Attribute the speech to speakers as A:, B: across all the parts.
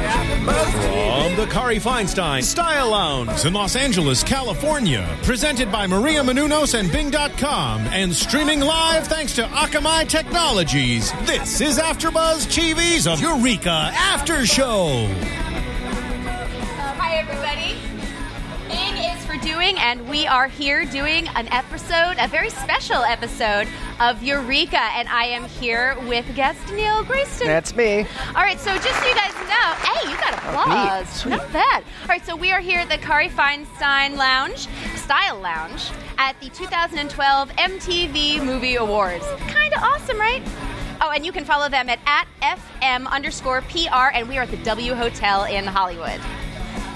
A: From the Kari Feinstein Style Lounge in Los Angeles, California. Presented by Maria Menounos and Bing.com. And streaming live thanks to Akamai Technologies. This is AfterBuzz TV's of Eureka After Show.
B: Hi, everybody. Ding is for doing, and we are here doing an episode, a very special episode of Eureka, and I am here with guest Neil Grayston.
C: That's me.
B: All right, so just so you guys know, hey, you got applause. Not bad. All right, so we are here at the Kari Feinstein Lounge, Style Lounge, at the 2012 MTV Movie Awards. Kind of awesome, right? Oh, and you can follow them at, at FM underscore PR, and we are at the W Hotel in Hollywood.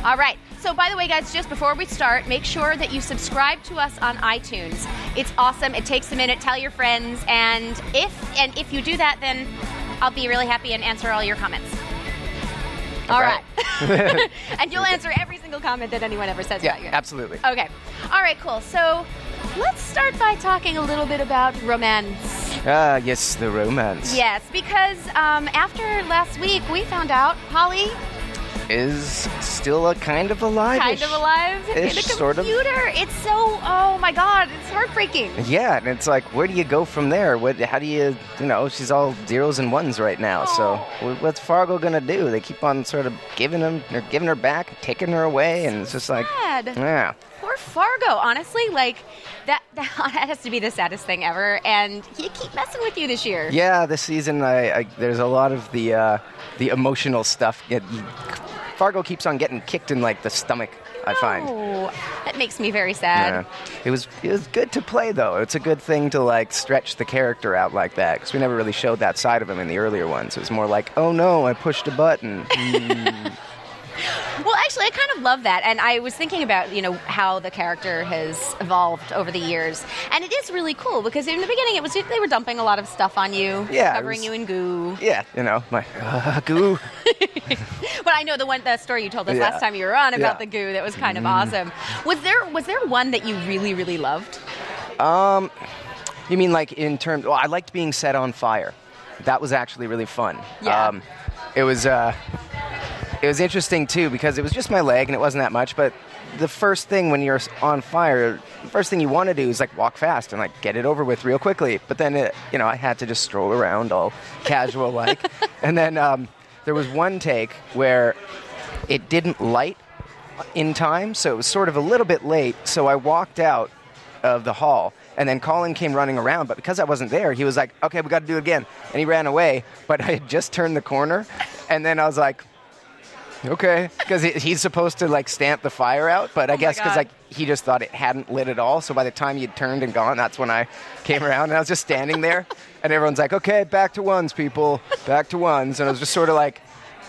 B: All right. So, by the way, guys, just before we start, make sure that you subscribe to us on iTunes. It's awesome. It takes a minute. Tell your friends, and if and if you do that, then I'll be really happy and answer all your comments. All right. and you'll answer every single comment that anyone ever says
C: Yeah,
B: about you.
C: absolutely.
B: Okay. All right. Cool. So, let's start by talking a little bit about romance.
C: Ah, yes, the romance
B: Yes, because um, after last week, we found out Polly
C: is still a kind of alive.
B: kind of alive in a
C: Ish,
B: computer.
C: sort of.
B: It's so oh my god, it's heartbreaking.
C: Yeah, and it's like, where do you go from there? What? How do you, you know, she's all zeros and ones right now. So wh- what's Fargo gonna do? They keep on sort of giving them, they're giving her back, taking her away, and it's just like,
B: Sad.
C: yeah,
B: Poor Fargo, honestly, like that, that has to be the saddest thing ever. And he keep messing with you this year.
C: yeah. This season, I, I there's a lot of the uh, the emotional stuff. It, Fargo keeps on getting kicked in like the stomach. I find.
B: Oh, that makes me very sad.
C: Yeah. It was it was good to play though. It's a good thing to like stretch the character out like that because we never really showed that side of him in the earlier ones. It was more like, oh no, I pushed a button.
B: Well, actually, I kind of love that. And I was thinking about, you know, how the character has evolved over the years. And it is really cool because in the beginning, it was they were dumping a lot of stuff on you,
C: Yeah, it
B: covering
C: was-
B: you in goo.
C: yeah, you know, my uh, goo.
B: But I know the one the story you told us
C: Yeah.
B: last time you were on about
C: Yeah. Mm-hmm.
B: the goo that was kind of awesome. Was there was there one that you really really loved?
C: You mean like in terms? Well, I liked being set on fire. That was actually really fun.
B: Yeah.
C: Um, it was. Uh, it was interesting too because it was just my leg and it wasn't that much. But the first thing when you're on fire, the first thing you want to do is like walk fast and like get it over with real quickly. But then it, you know I had to just stroll around all casual like. And then um, there was one take where it didn't light in time, so it was sort of a little bit late. So I walked out of the hall, and then Colin came running around. But because I wasn't there, he was like, "Okay, we got to do it again," and he ran away. But I had just turned the corner, and then I was like, "Okay," because he's supposed to like stamp the fire out. But I
B: Oh my
C: guess because
B: God.
C: like he just thought it hadn't lit at all. So by the time you'd turned and gone, that's when I came around, and I was just standing there, and everyone's like, "Okay, back to ones, people, back to ones," and I was just sort of like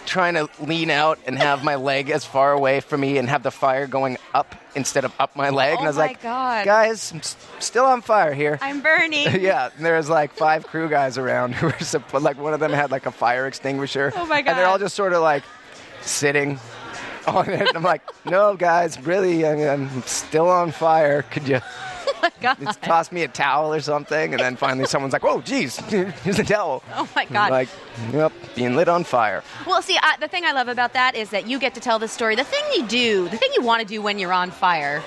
C: trying to lean out and have my leg as far away from me and have the fire going up instead of up my leg.
B: Oh
C: and I was
B: my
C: like,
B: God.
C: guys, I'm s- still on fire here.
B: I'm burning.
C: yeah, and there was like five crew guys around who were supp- like one of them had like a fire extinguisher.
B: Oh my
C: And they're all
B: God.
C: just sort of like sitting on it. And I'm like, no, guys, really, I mean, I'm still on fire. Could you
B: Oh God.
C: just toss me a towel or something? And then finally, someone's like, oh, geez, here's a towel.
B: Oh my God.
C: Like, yep, being lit on fire.
B: Well, see, I, the thing I love about that is that you get to tell the story. The thing you do, the thing you want to do when you're on fire,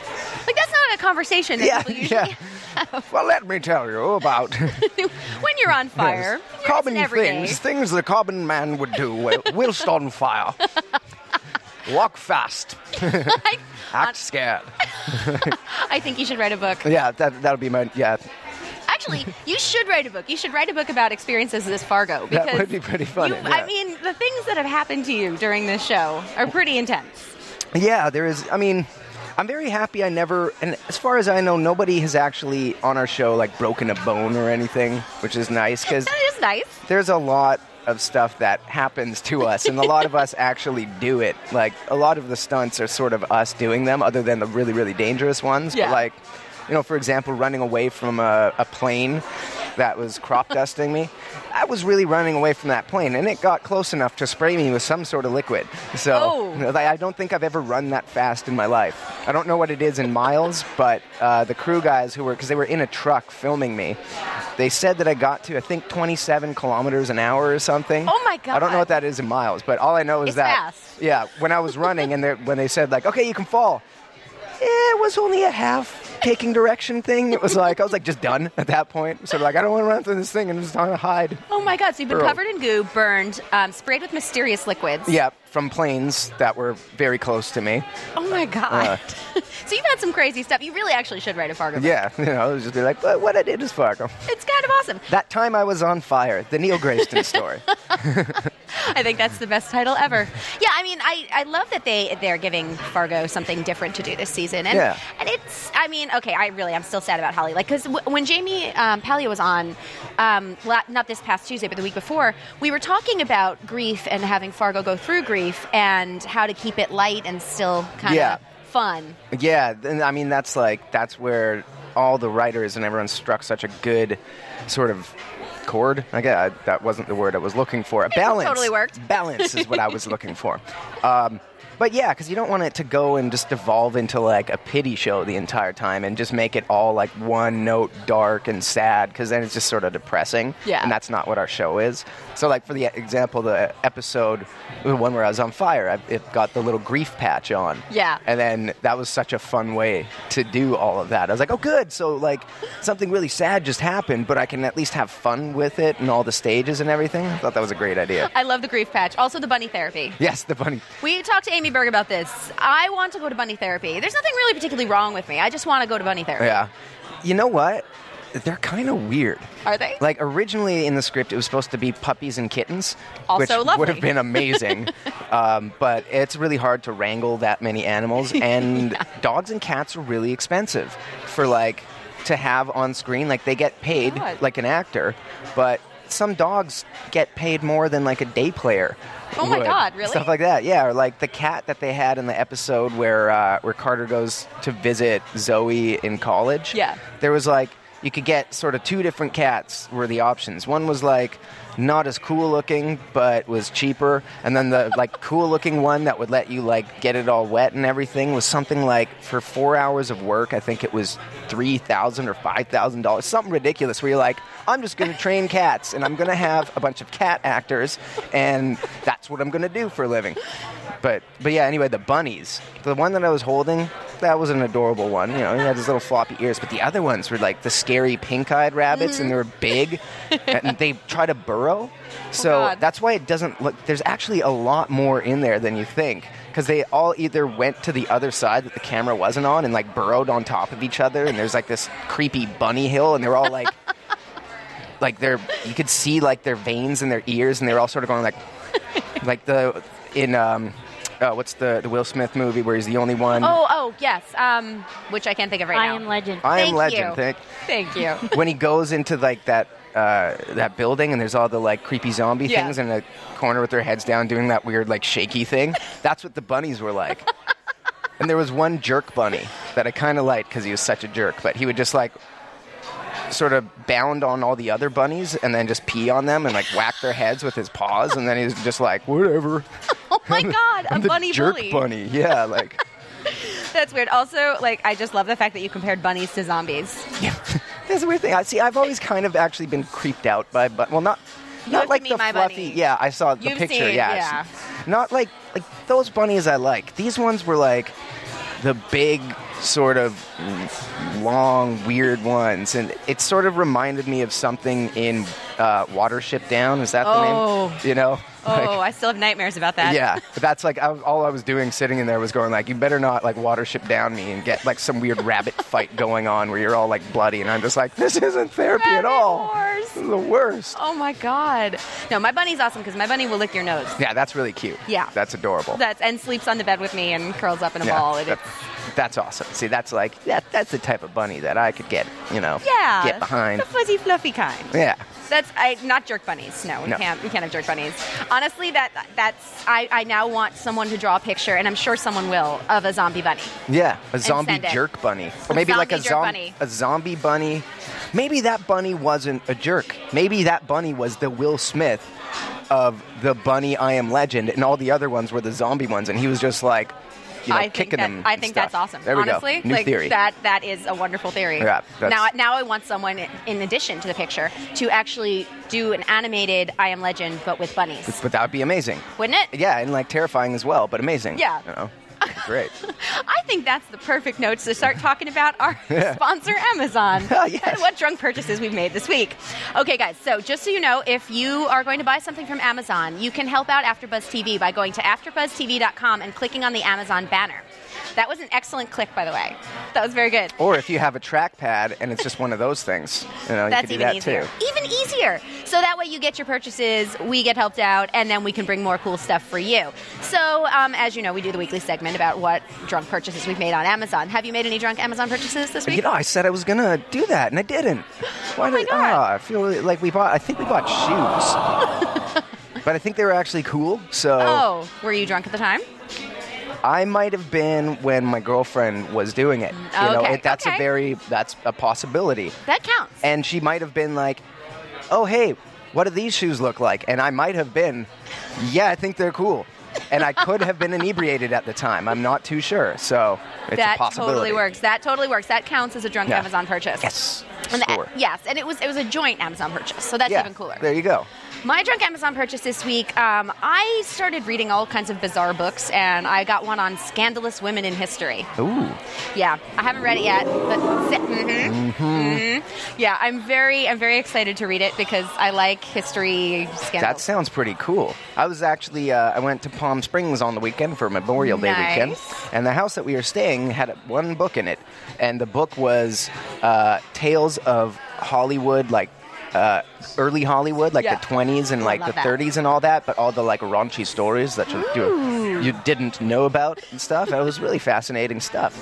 B: like that's not a conversation that people usually
C: yeah. well, let me tell you about
B: when you're on fire.
C: yes,
B: you're-
C: common
B: it's an everyday.
C: things, things the common man would do whil- whilst on fire. Walk fast,
B: Like, on-
C: act scared.
B: I think you should write a book.
C: Yeah, that that'll be my yeah.
B: Actually, you should write a book. You should write a book about experiences as Fargo.
C: That
B: Because
C: would be pretty funny,
B: you-
C: yeah.
B: I mean, the things that have happened to you during this show are pretty intense.
C: Yeah, there is. I mean, I'm very happy. I never, and as far as I know, nobody has actually on our show like broken a bone or anything, which is nice because
B: That is nice.
C: there's a lot of stuff that happens to us, and a lot of us actually do it. Like a lot of the stunts are sort of us doing them, other than the really really dangerous ones.
B: Yeah.
C: But like, you know, for example, running away from a, a plane. that was crop dusting me. I was really running away from that plane, and it got close enough to spray me with some sort of liquid. So
B: Oh.
C: you know, I don't think I've ever run that fast in my life. I don't know what it is in miles, but uh, the crew guys who were, because they were in a truck filming me, they said that I got to, I think, 27 kilometers an hour or something.
B: Oh my
C: I don't know
B: God.
C: what that is in miles, but all I know is
B: It's
C: that.
B: fast.
C: Yeah, when I was running, and they- when they said, like, okay, you can fall, it was only a half taking direction thing. It was like I was like just done at that point. So like I don't want to run through this thing and I'm just trying to hide.
B: Oh my God! So you've been
C: Girl.
B: covered in goo, burned, um, sprayed with mysterious liquids.
C: Yeah, from planes that were very close to me.
B: Oh my God! so you've had some crazy stuff. You really actually should write a Fargo. book.
C: Yeah, you know, it was just be like, but what I did is fuck 'em."
B: It's kind of awesome.
C: That time I was on fire. The Neil Grayston story.
B: I think that's the best title ever. Yeah, I mean, I, I love that they they're giving Fargo something different to do this season, and
C: Yeah.
B: and it's I mean, okay, I really I'm still sad about Holly, like because w- when Jamie um, Palio was on, um, la- not this past Tuesday, but the week before, we were talking about grief and having Fargo go through grief and how to keep it light and still kind of
C: Yeah.
B: fun.
C: Yeah, and I mean that's like that's where all the writers and everyone struck such a good sort of chord. I guess that wasn't the word I was looking for. A balance.
B: totally worked.
C: Balance is what I was looking for. Um, but yeah, because you don't want it to go and just devolve into like a pity show the entire time and just make it all like one note dark and sad because then it's just sort of depressing.
B: Yeah.
C: And that's not what our show is. So, like, for the e, example, the episode, the one where I was on fire, I, it got the little grief patch on.
B: Yeah.
C: And then that was such a fun way to do all of that. I was like, oh, good. So, like, something really sad just happened, but I can at least have fun with it and all the stages and everything. I thought that was a great idea.
B: I love the grief patch, also the bunny therapy.
C: Yes, the bunny.
B: We talked to Amy Berg about this. I want to go to bunny therapy. There's nothing really particularly wrong with me. I just want to go to bunny therapy.
C: Yeah. You know what? They're kind of weird.
B: Are they?
C: Like originally in the script, it was supposed to be puppies and kittens,
B: Also
C: which
B: lovely.
C: would have been amazing. um, but it's really hard to wrangle that many animals, and dogs and cats are really expensive for like to have on screen. Like they get paid
B: God.
C: like an actor, but some dogs get paid more than like a day player.
B: Oh my
C: would.
B: God, really?
C: Stuff like that, yeah. Or like the cat that they had in the episode where uh, where Carter goes to visit Zoe in college
B: Yeah.
C: there was like you could get sort of two different cats were the options. One was like not as cool looking but was cheaper, and then the like cool looking one that would let you like get it all wet and everything was something like for four hours of work. I think it was three thousand or five thousand dollars, something ridiculous. Where you're like, I'm just going to train cats, and I'm going to have a bunch of cat actors, and that's what I'm going to do for a living. But but yeah, anyway, the bunnies. The one that I was holding, that was an adorable one. You know, he had his little floppy ears. But the other ones were like the scary pink-eyed rabbits, and they were big, and they try to burrow. So
B: God.
C: that's why it doesn't look. There's actually a lot more in there than you think, because they all either went to the other side that the camera wasn't on, and like burrowed on top of each other. And there's like this creepy bunny hill, and they're all like. Like their, you could see like their veins in their ears, and they're all sort of going like, like the in um, uh, what's the the Will Smith movie where he's the only one?
B: Oh, oh, yes. Um, which I can't think of right
D: I
B: now.
D: am legend.
C: I am
B: thank
C: Legend.
B: you.
C: Thank.
B: Thank you.
C: When he goes into like that uh, that building and there's all the like creepy zombie
B: Yeah.
C: things in a corner with their heads down doing that weird like shaky thing. That's what the bunnies were like. and there was one jerk bunny that I kind of liked because he was such a jerk, but he would just like sort of bound on all the other bunnies and then just pee on them and like whack their heads with his paws and then he was just like whatever
B: Oh my God, a
C: I'm the
B: bunny
C: jerk
B: bully.
C: bunny yeah like
B: That's weird. Also, like, I just love the fact that you compared bunnies to zombies.
C: That's a weird thing. I see. I've always kind of actually been creeped out by, but well, not
B: have
C: not
B: to
C: like
B: meet
C: the
B: my
C: fluffy.
B: bunny.
C: Yeah, I saw the
B: You've
C: picture.
B: seen-
C: yeah, I've
B: yeah.
C: seen- not like like those bunnies I like. These ones were like the big sort of long weird ones and it sort of reminded me of something in uh, watership down is that the
B: Oh.
C: name you know
B: Oh,
C: Like-
B: I still have nightmares about that.
C: yeah, but that's like I, all I was doing sitting in there was going like, you better not like watership down me and get like some weird rabbit fight going on where you're all like bloody, and I'm just like, this isn't therapy at
B: Rabbit
C: all.
B: wars.
C: This is the worst.
B: Oh my God. No, my bunny's awesome because my bunny will lick your nose.
C: Yeah, that's really cute.
B: Yeah.
C: that's adorable.
B: That's and sleeps on the bed with me and curls up in a
C: yeah,
B: ball. And
C: that-
B: it's-
C: that's awesome. See, that's like that, that's the type of bunny that I could get, you know,
B: yeah.
C: get behind.
B: The fuzzy, fluffy kind.
C: Yeah,
B: That's I, not jerk bunnies. No, we
C: No.
B: can't. We can't have jerk bunnies. Honestly, that that's I, I now want someone to draw a picture, and I'm sure someone will of a zombie bunny.
C: Yeah, a zombie
B: send it.
C: jerk bunny, or maybe like a
B: zombie jerk
C: zombie
B: bunny.
C: a zombie bunny. Maybe that bunny wasn't a jerk. Maybe that bunny was the Will Smith of the bunny I Am Legend, and all the other ones were the zombie ones, and he was just like, you know,
B: I think
C: kicking
B: that,
C: them.
B: I
C: and
B: think
C: stuff.
B: that's awesome.
C: There we
B: honestly,
C: go. New
B: like
C: theory.
B: that that is a wonderful theory.
C: Yeah, that's-
B: now now I want someone in addition to the picture to actually do an animated I Am Legend, but with bunnies.
C: but that would be amazing.
B: Wouldn't it?
C: Yeah, and like terrifying as well, but amazing.
B: Yeah.
C: You know? Great.
B: I think that's the perfect notes to start talking about our sponsor, Amazon,
C: Oh, yes.
B: and what drunk purchases we've made this week. Okay, guys. So just so you know, if you are going to buy something from Amazon, you can help out AfterBuzz TV by going to AfterBuzzTV.com and clicking on the Amazon banner. That was an excellent click, by the way. That was very good.
C: or if you have a trackpad and it's just one of those things, you know,
B: That's
C: you could
B: even
C: do that
B: easier.
C: too.
B: Even easier. So that way you get your purchases, we get helped out, and then we can bring more cool stuff for you. So, um, as you know, we do the weekly segment about what drunk purchases we've made on Amazon. Have you made any drunk Amazon purchases this week?
C: Uh, You know, I said I was gonna do that, and I didn't. Why
B: Oh my
C: did
B: God.
C: ah, I feel really- like we bought? I think we bought shoes, but I think they were actually cool. So
B: oh, were you drunk at the time?
C: I might have been when my girlfriend was doing it. You know,
B: okay,
C: it, that's a
B: okay.
C: very that's a possibility,
B: That counts.
C: and she might have been like, "Oh hey, what do these shoes look like?" And I might have been, "Yeah, I think they're cool." and I could have been inebriated at the time. I'm not too sure. So it's a
B: that
C: possibility.
B: totally works. That totally works. That counts as a drunk
C: Yeah.
B: Amazon purchase.
C: Yes.
B: And the-
C: Score.
B: yes, and it was it was a joint Amazon purchase, so that's
C: yeah.
B: even cooler.
C: There you go.
B: My drunk Amazon purchase this week, um, I started reading all kinds of bizarre books, and I got one on scandalous women in history.
C: Ooh.
B: Yeah, I haven't read it yet, but hmm
C: Mm-hmm.
B: yeah, I'm very I'm very excited to read it because I like history
C: That
B: scandals.
C: sounds pretty cool. I was actually uh, I went to Palm Springs on the weekend for Memorial Day
B: Nice.
C: weekend, and the house that we were staying had one book in it, and the book was uh, tales of Hollywood, like uh, early Hollywood, like
B: Yeah.
C: the 20s and
B: I
C: like
B: love
C: the
B: that.
C: 30s and all that, but all the like raunchy stories that you you, you didn't know about and stuff. It was really fascinating stuff.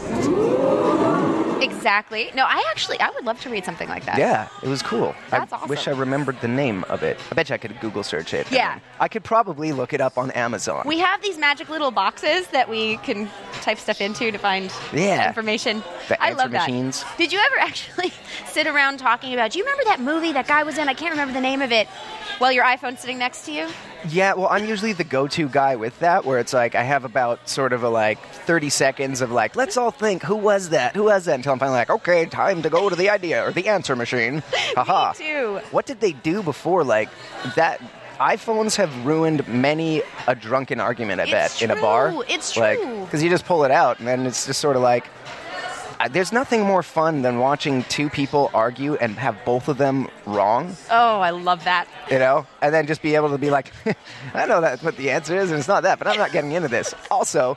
B: exactly. No, I actually I would love to read something like that.
C: Yeah, it was cool.
B: That's
C: I
B: awesome.
C: wish I remembered the name of it. I bet you I could Google search it. and
B: Yeah.
C: then I could probably look it up on Amazon.
B: We have these magic little boxes that we can type stuff into to find
C: Yeah.
B: information.
C: The
B: I
C: answer
B: love that.
C: machines.
B: Did you ever actually sit around talking about? Do you remember that movie that guy was in? I can't remember the name of it. While your iPhone's sitting next to you.
C: Yeah, well, I'm usually the go-to guy with that, where it's like I have about sort of a like 30 seconds of like, let's all think, who was that? Who was that? Until I'm finally like, okay, time to go to the idea or the answer machine. Haha.
B: too.
C: What did they do before? Like that. iPhones have ruined many a drunken argument. I bet
B: It's
C: in a bar.
B: true, it's true.
C: because you just pull it out, and then it's just sort of like. uh, There's nothing more fun than watching two people argue and have both of them wrong
B: Oh, I love that.
C: you know, and then just be able to be like, I know that's what the answer is, and it's not that, but I'm not getting into this. Also,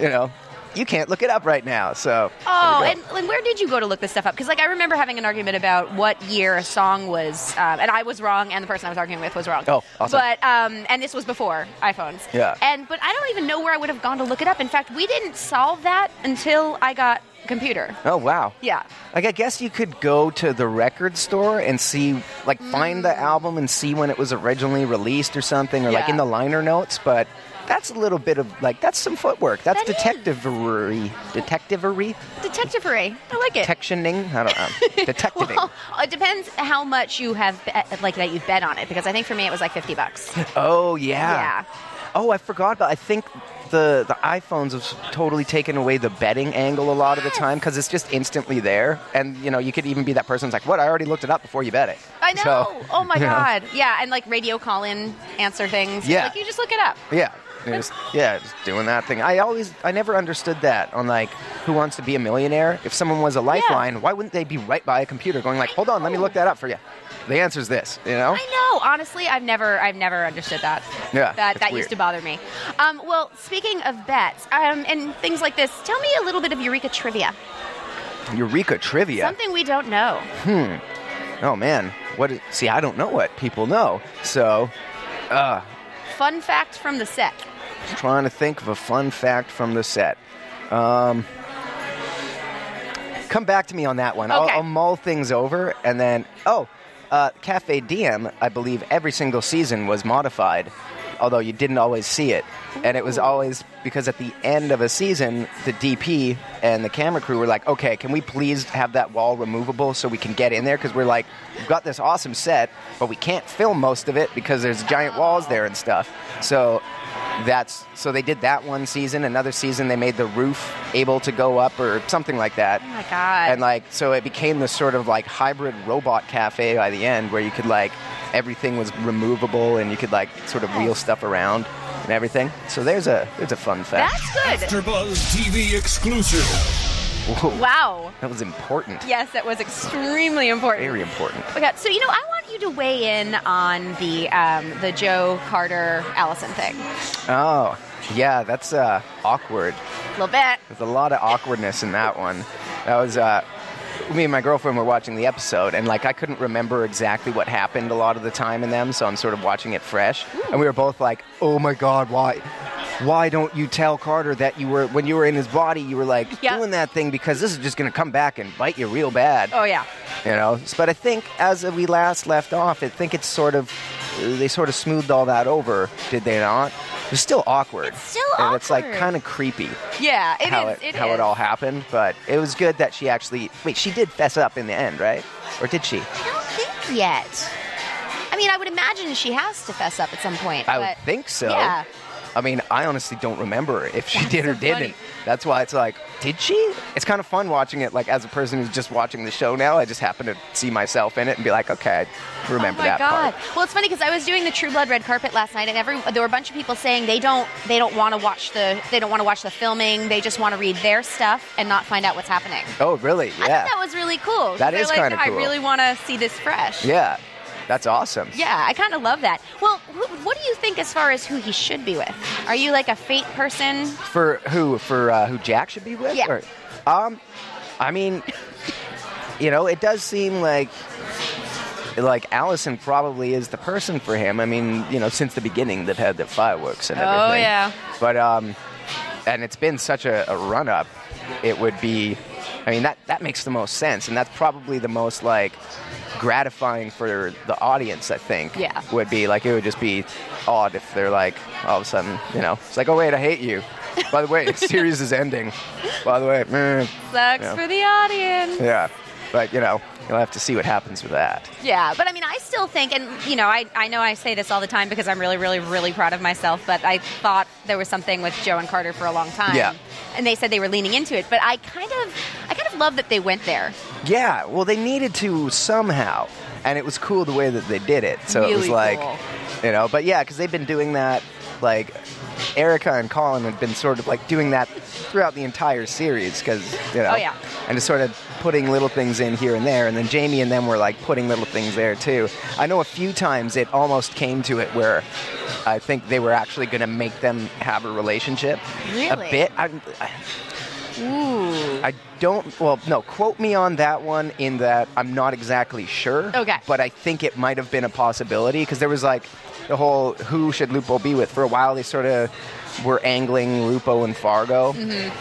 C: you know, you can't look it up right now, so. there
B: Oh,
C: we go.
B: and, and where did you go to look this stuff up? Because like I remember having an argument about what year a song was, um, and I was wrong, and the person I was arguing with was wrong.
C: Oh, awesome.
B: But um, and this was before iPhones.
C: Yeah.
B: And but I don't even know where I would have gone to look it up. In fact, we didn't solve that until I got a computer.
C: Oh wow!
B: Yeah.
C: Like I guess you could go to the record store and see, like, find the album and see when it was originally released or something, or like
B: Mm. Yeah.
C: in the liner notes. But that's a little bit of like that's some footwork. That's
B: That is.
C: detectivery, detectivery,
B: Detective Array. I like it.
C: detectioning. I don't know, detectiving.
B: well, it depends how much you have bet, like that you bet on it because I think for me it was like fifty bucks.
C: Oh yeah.
B: Yeah.
C: Oh, I forgot about. I think the the iPhones have totally taken away the betting angle a lot of the time because it's just instantly there, and you know you could even be that person who's like, "What? I already looked it up before you bet it."
B: I know.
C: So,
B: oh my
C: you know,
B: god. Yeah, and like radio call in answer things.
C: Yeah.
B: Like you just look it up.
C: yeah. It was- yeah, just doing that thing. I always, I never understood that on like Who Wants to Be a Millionaire. If someone was a lifeline, why wouldn't they be right by a computer going like, "Hold on, let me look that up for you." The answer's this, you know.
B: I know. Honestly, I've never, I've never understood that.
C: Yeah,
B: that
C: it's
B: that
C: weird.
B: used to bother me. Um, well, speaking of bets um, and things like this, tell me a little bit of Eureka trivia.
C: Eureka trivia.
B: Something we don't know.
C: Oh man, what? Is, see, I don't know what people know, so
B: Fun fact from the set.
C: trying to think of a fun fact from the set. Um, come back to me on that one. I'll,
B: Okay.
C: I'll mull things over and then. Oh, Uh, Cafe Diem, I believe, every single season was modified, although you didn't always see it. And it was always because at the end of a season, the DP and the camera crew were like, okay, can we please have that wall removable so we can get in there? Because we're like, we've got this awesome set, but we can't film most of it because there's giant walls there and stuff. So that's so they did that one season. Another season, they made the roof able to go up or something like that.
B: Oh my God.
C: And like so, it became this sort of like hybrid robot cafe by the end, where you could like everything was removable and you could like sort of wheel stuff around and everything. So there's a there's a fun fact.
B: That's good.
E: AfterBuzz TV exclusive.
B: Wow.
C: that was important.
B: Yes, that was extremely important.
C: Very important.
B: Okay, so you know, I want you to weigh in on the um, the Joe Carter Allison thing a
C: Oh, yeah, that's uh, awkward.
B: little bit.
C: There's a lot of awkwardness in that one. That was uh, me and my girlfriend were watching the episode, and like I couldn't remember exactly what happened a lot of the time in them, so I'm sort of watching it fresh. And we were both like, "Oh my god, why, why don't you tell Carter that you were when you were in his body, you were like
B: Yeah.
C: doing that thing because this is just gonna come back and bite you real bad."
B: Oh yeah.
C: you know. But I think as we last left off, I think it's sort of they sort of smoothed all that over, did they not? It's still awkward. It's
B: still
C: and it's like
B: awkward.
C: kind of creepy
B: Yeah, it is.
C: how it, how
B: is.
C: it all happened, but it was good that she actually wait. She did fess up in the end, right? Or did she?
B: I don't think yet. I mean, I would imagine she has to fess up at some point.
C: I
B: but
C: would think so.
B: Yeah.
C: I mean, I honestly don't remember if she did or
B: so
C: didn't.
B: funny.
C: That's why it's like, did she? It's kind of fun watching it. Like as a person who's just watching the show now, I just happen to see myself in it and be like, okay, I remember
B: oh my
C: that
B: god!
C: part.
B: Well, it's funny because I was doing the True Blood red carpet last night, and every there were a bunch of people saying they don't they don't want to watch the they don't want to watch the filming. They just want to read their stuff and not find out what's happening.
C: Oh, really?
B: I
C: Yeah.
B: thought that was really cool.
C: That
B: They're
C: is
B: like,
C: kinda
B: "No,
C: cool."
B: I really want to see this fresh.
C: yeah, that's awesome.
B: Yeah, I kind of love that. Well, wh- what do you think as far as who he should be with? Are you like a fate person?
C: For who? For uh, who Jack should be with?
B: Yeah.
C: Or, um, I mean, you know, it does seem like like Allison probably is the person for him. I mean, you know, since the beginning they've had the fireworks and
B: Oh,
C: everything.
B: yeah.
C: But um, and it's been such a, a run up. It would be, I mean, that that makes the most sense, and that's probably the most like gratifying for the audience. I think.
B: Yeah.
C: Would be like it would just be odd if they're like all of a sudden, you know, it's like, oh wait, I hate you. By the way, the series is ending. By the way, mm,
B: Sucks
C: Yeah.
B: for the audience.
C: yeah. But you know, you'll have to see what happens with that.
B: Yeah, but I mean, I still think, and you know, I, I know I say this all the time because I'm really, really, really proud of myself, but I thought there was something with Joe and Carter for a long time.
C: Yeah.
B: And they said they were leaning into it, but I kind of, I kind of love that they went there.
C: Yeah, well, they needed to somehow, and it was cool the way that they did it. So it was
B: Really
C: like,
B: cool.
C: you know, but yeah, because they've been doing that. Like, Erica and Colin had been sort of like doing that throughout the entire series, because you know,
B: Oh, yeah.
C: and just sort of putting little things in here and there, and then Jamie and them were like putting little things there too. I know a few times it almost came to it where I think they were actually going to make them have a relationship
B: Really?
C: a bit. I, I,
B: Ooh.
C: I don't. Well, no. Quote me on that one. In that, I'm not exactly sure.
B: Okay.
C: But I think it might have been a possibility because there was like the whole who should Lupo be with for a while. They sort of were angling Lupo and Fargo,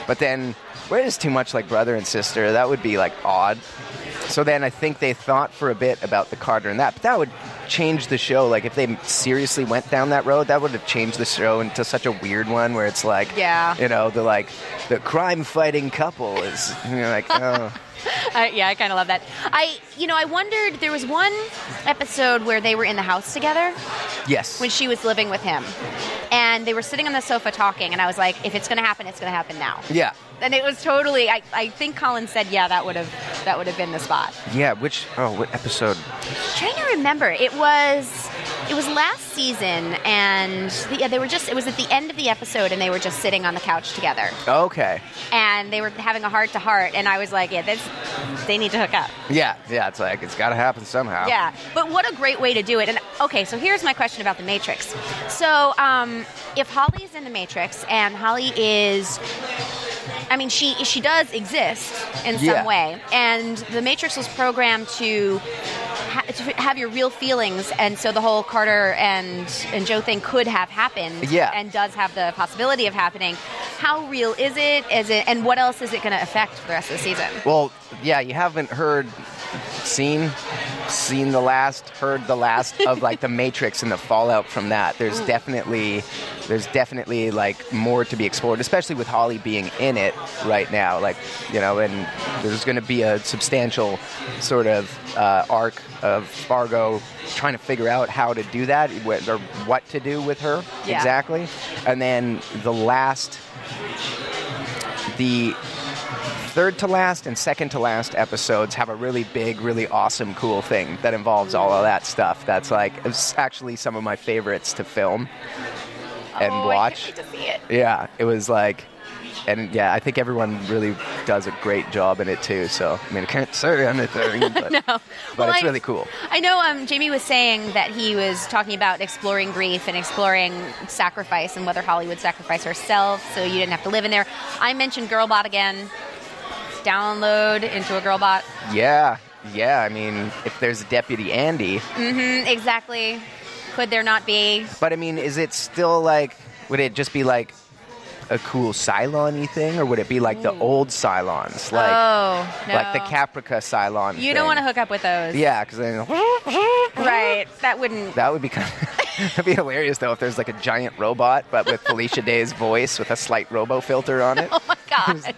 C: but then where is too much like brother and sister? That would be like odd. So then I think they thought for a bit about the Carter and that, but that would change the show. Like if they seriously went down that road, that would have changed the show into such a weird one where it's like,
B: Yeah.
C: you know, the like the crime fighting couple is you know, like, oh,
B: I, yeah, I kind of love that. I, you know, I wondered there was one episode where they were in the house together
C: yes,
B: when she was living with him, and they were sitting on the sofa talking, and I was like, if it's going to happen, it's going to happen now.
C: yeah,
B: And it was totally. I, I think Colin said, yeah, that would have that would have been the spot.
C: yeah. Which oh, what episode?
B: trying to remember. It was it was last season, and the, yeah, they were just. It was at the end of the episode, and they were just sitting on the couch together,
C: Okay,
B: and they were having a heart to heart. And I was like, yeah, this they need to hook up.
C: yeah, yeah. It's like it's got to happen somehow.
B: Yeah, but what a great way to do it. And okay, so here's my question about the Matrix. So um, if Holly is in the Matrix and Holly is, I mean, she she does exist in some
C: Yeah.
B: way, and the Matrix was programmed to. ha- To have your real feelings, and so the whole Carter and and Joe thing could have happened,
C: Yeah.
B: and does have the possibility of happening. How real is it? Is it, and what else is it going to affect for the rest of the season?
C: Well, yeah, you haven't heard seen seen the last, heard the last of like the Matrix and the fallout from that. There's definitely there's definitely like more to be explored, especially with Holly being in it right now. Like you know, and there's going to be a substantial sort of uh, arc of Fargo trying to figure out how to do that wh- or what to do with her
B: Yeah.
C: exactly, and then the last the third to last and second to last episodes have a really big, really awesome, cool thing that involves all of that stuff. That's like it's actually some of my favorites to film and
B: oh,
C: watch.
B: I can't wait to see it.
C: Yeah, it was like, and yeah, I think everyone really does a great job in it too. So I mean, I can't say anything, but, but
B: Well, I-
C: it's really cool.
B: I know um, Jamie was saying that he was talking about exploring grief and exploring sacrifice and whether Holly would sacrifice herself so you didn't have to live in there. I mentioned Girlbot again. Download into a Girlbot.
C: Yeah, yeah. I mean, if there's a deputy Andy,
B: Mm, exactly. Could there not be?
C: But I mean, is it still like? Would it just be like a cool Cylon-y thing, or would it be like the old Cylons, like
B: Mm. oh, no.
C: like the Caprica Cylon?
B: You don't want to hook up with those.
C: Yeah, because then
B: Right. That wouldn't.
C: that would be kind. Of, that'd be hilarious though if there's like a giant robot, but with Felicia Day's voice with a slight robo filter on it.
B: Oh my God.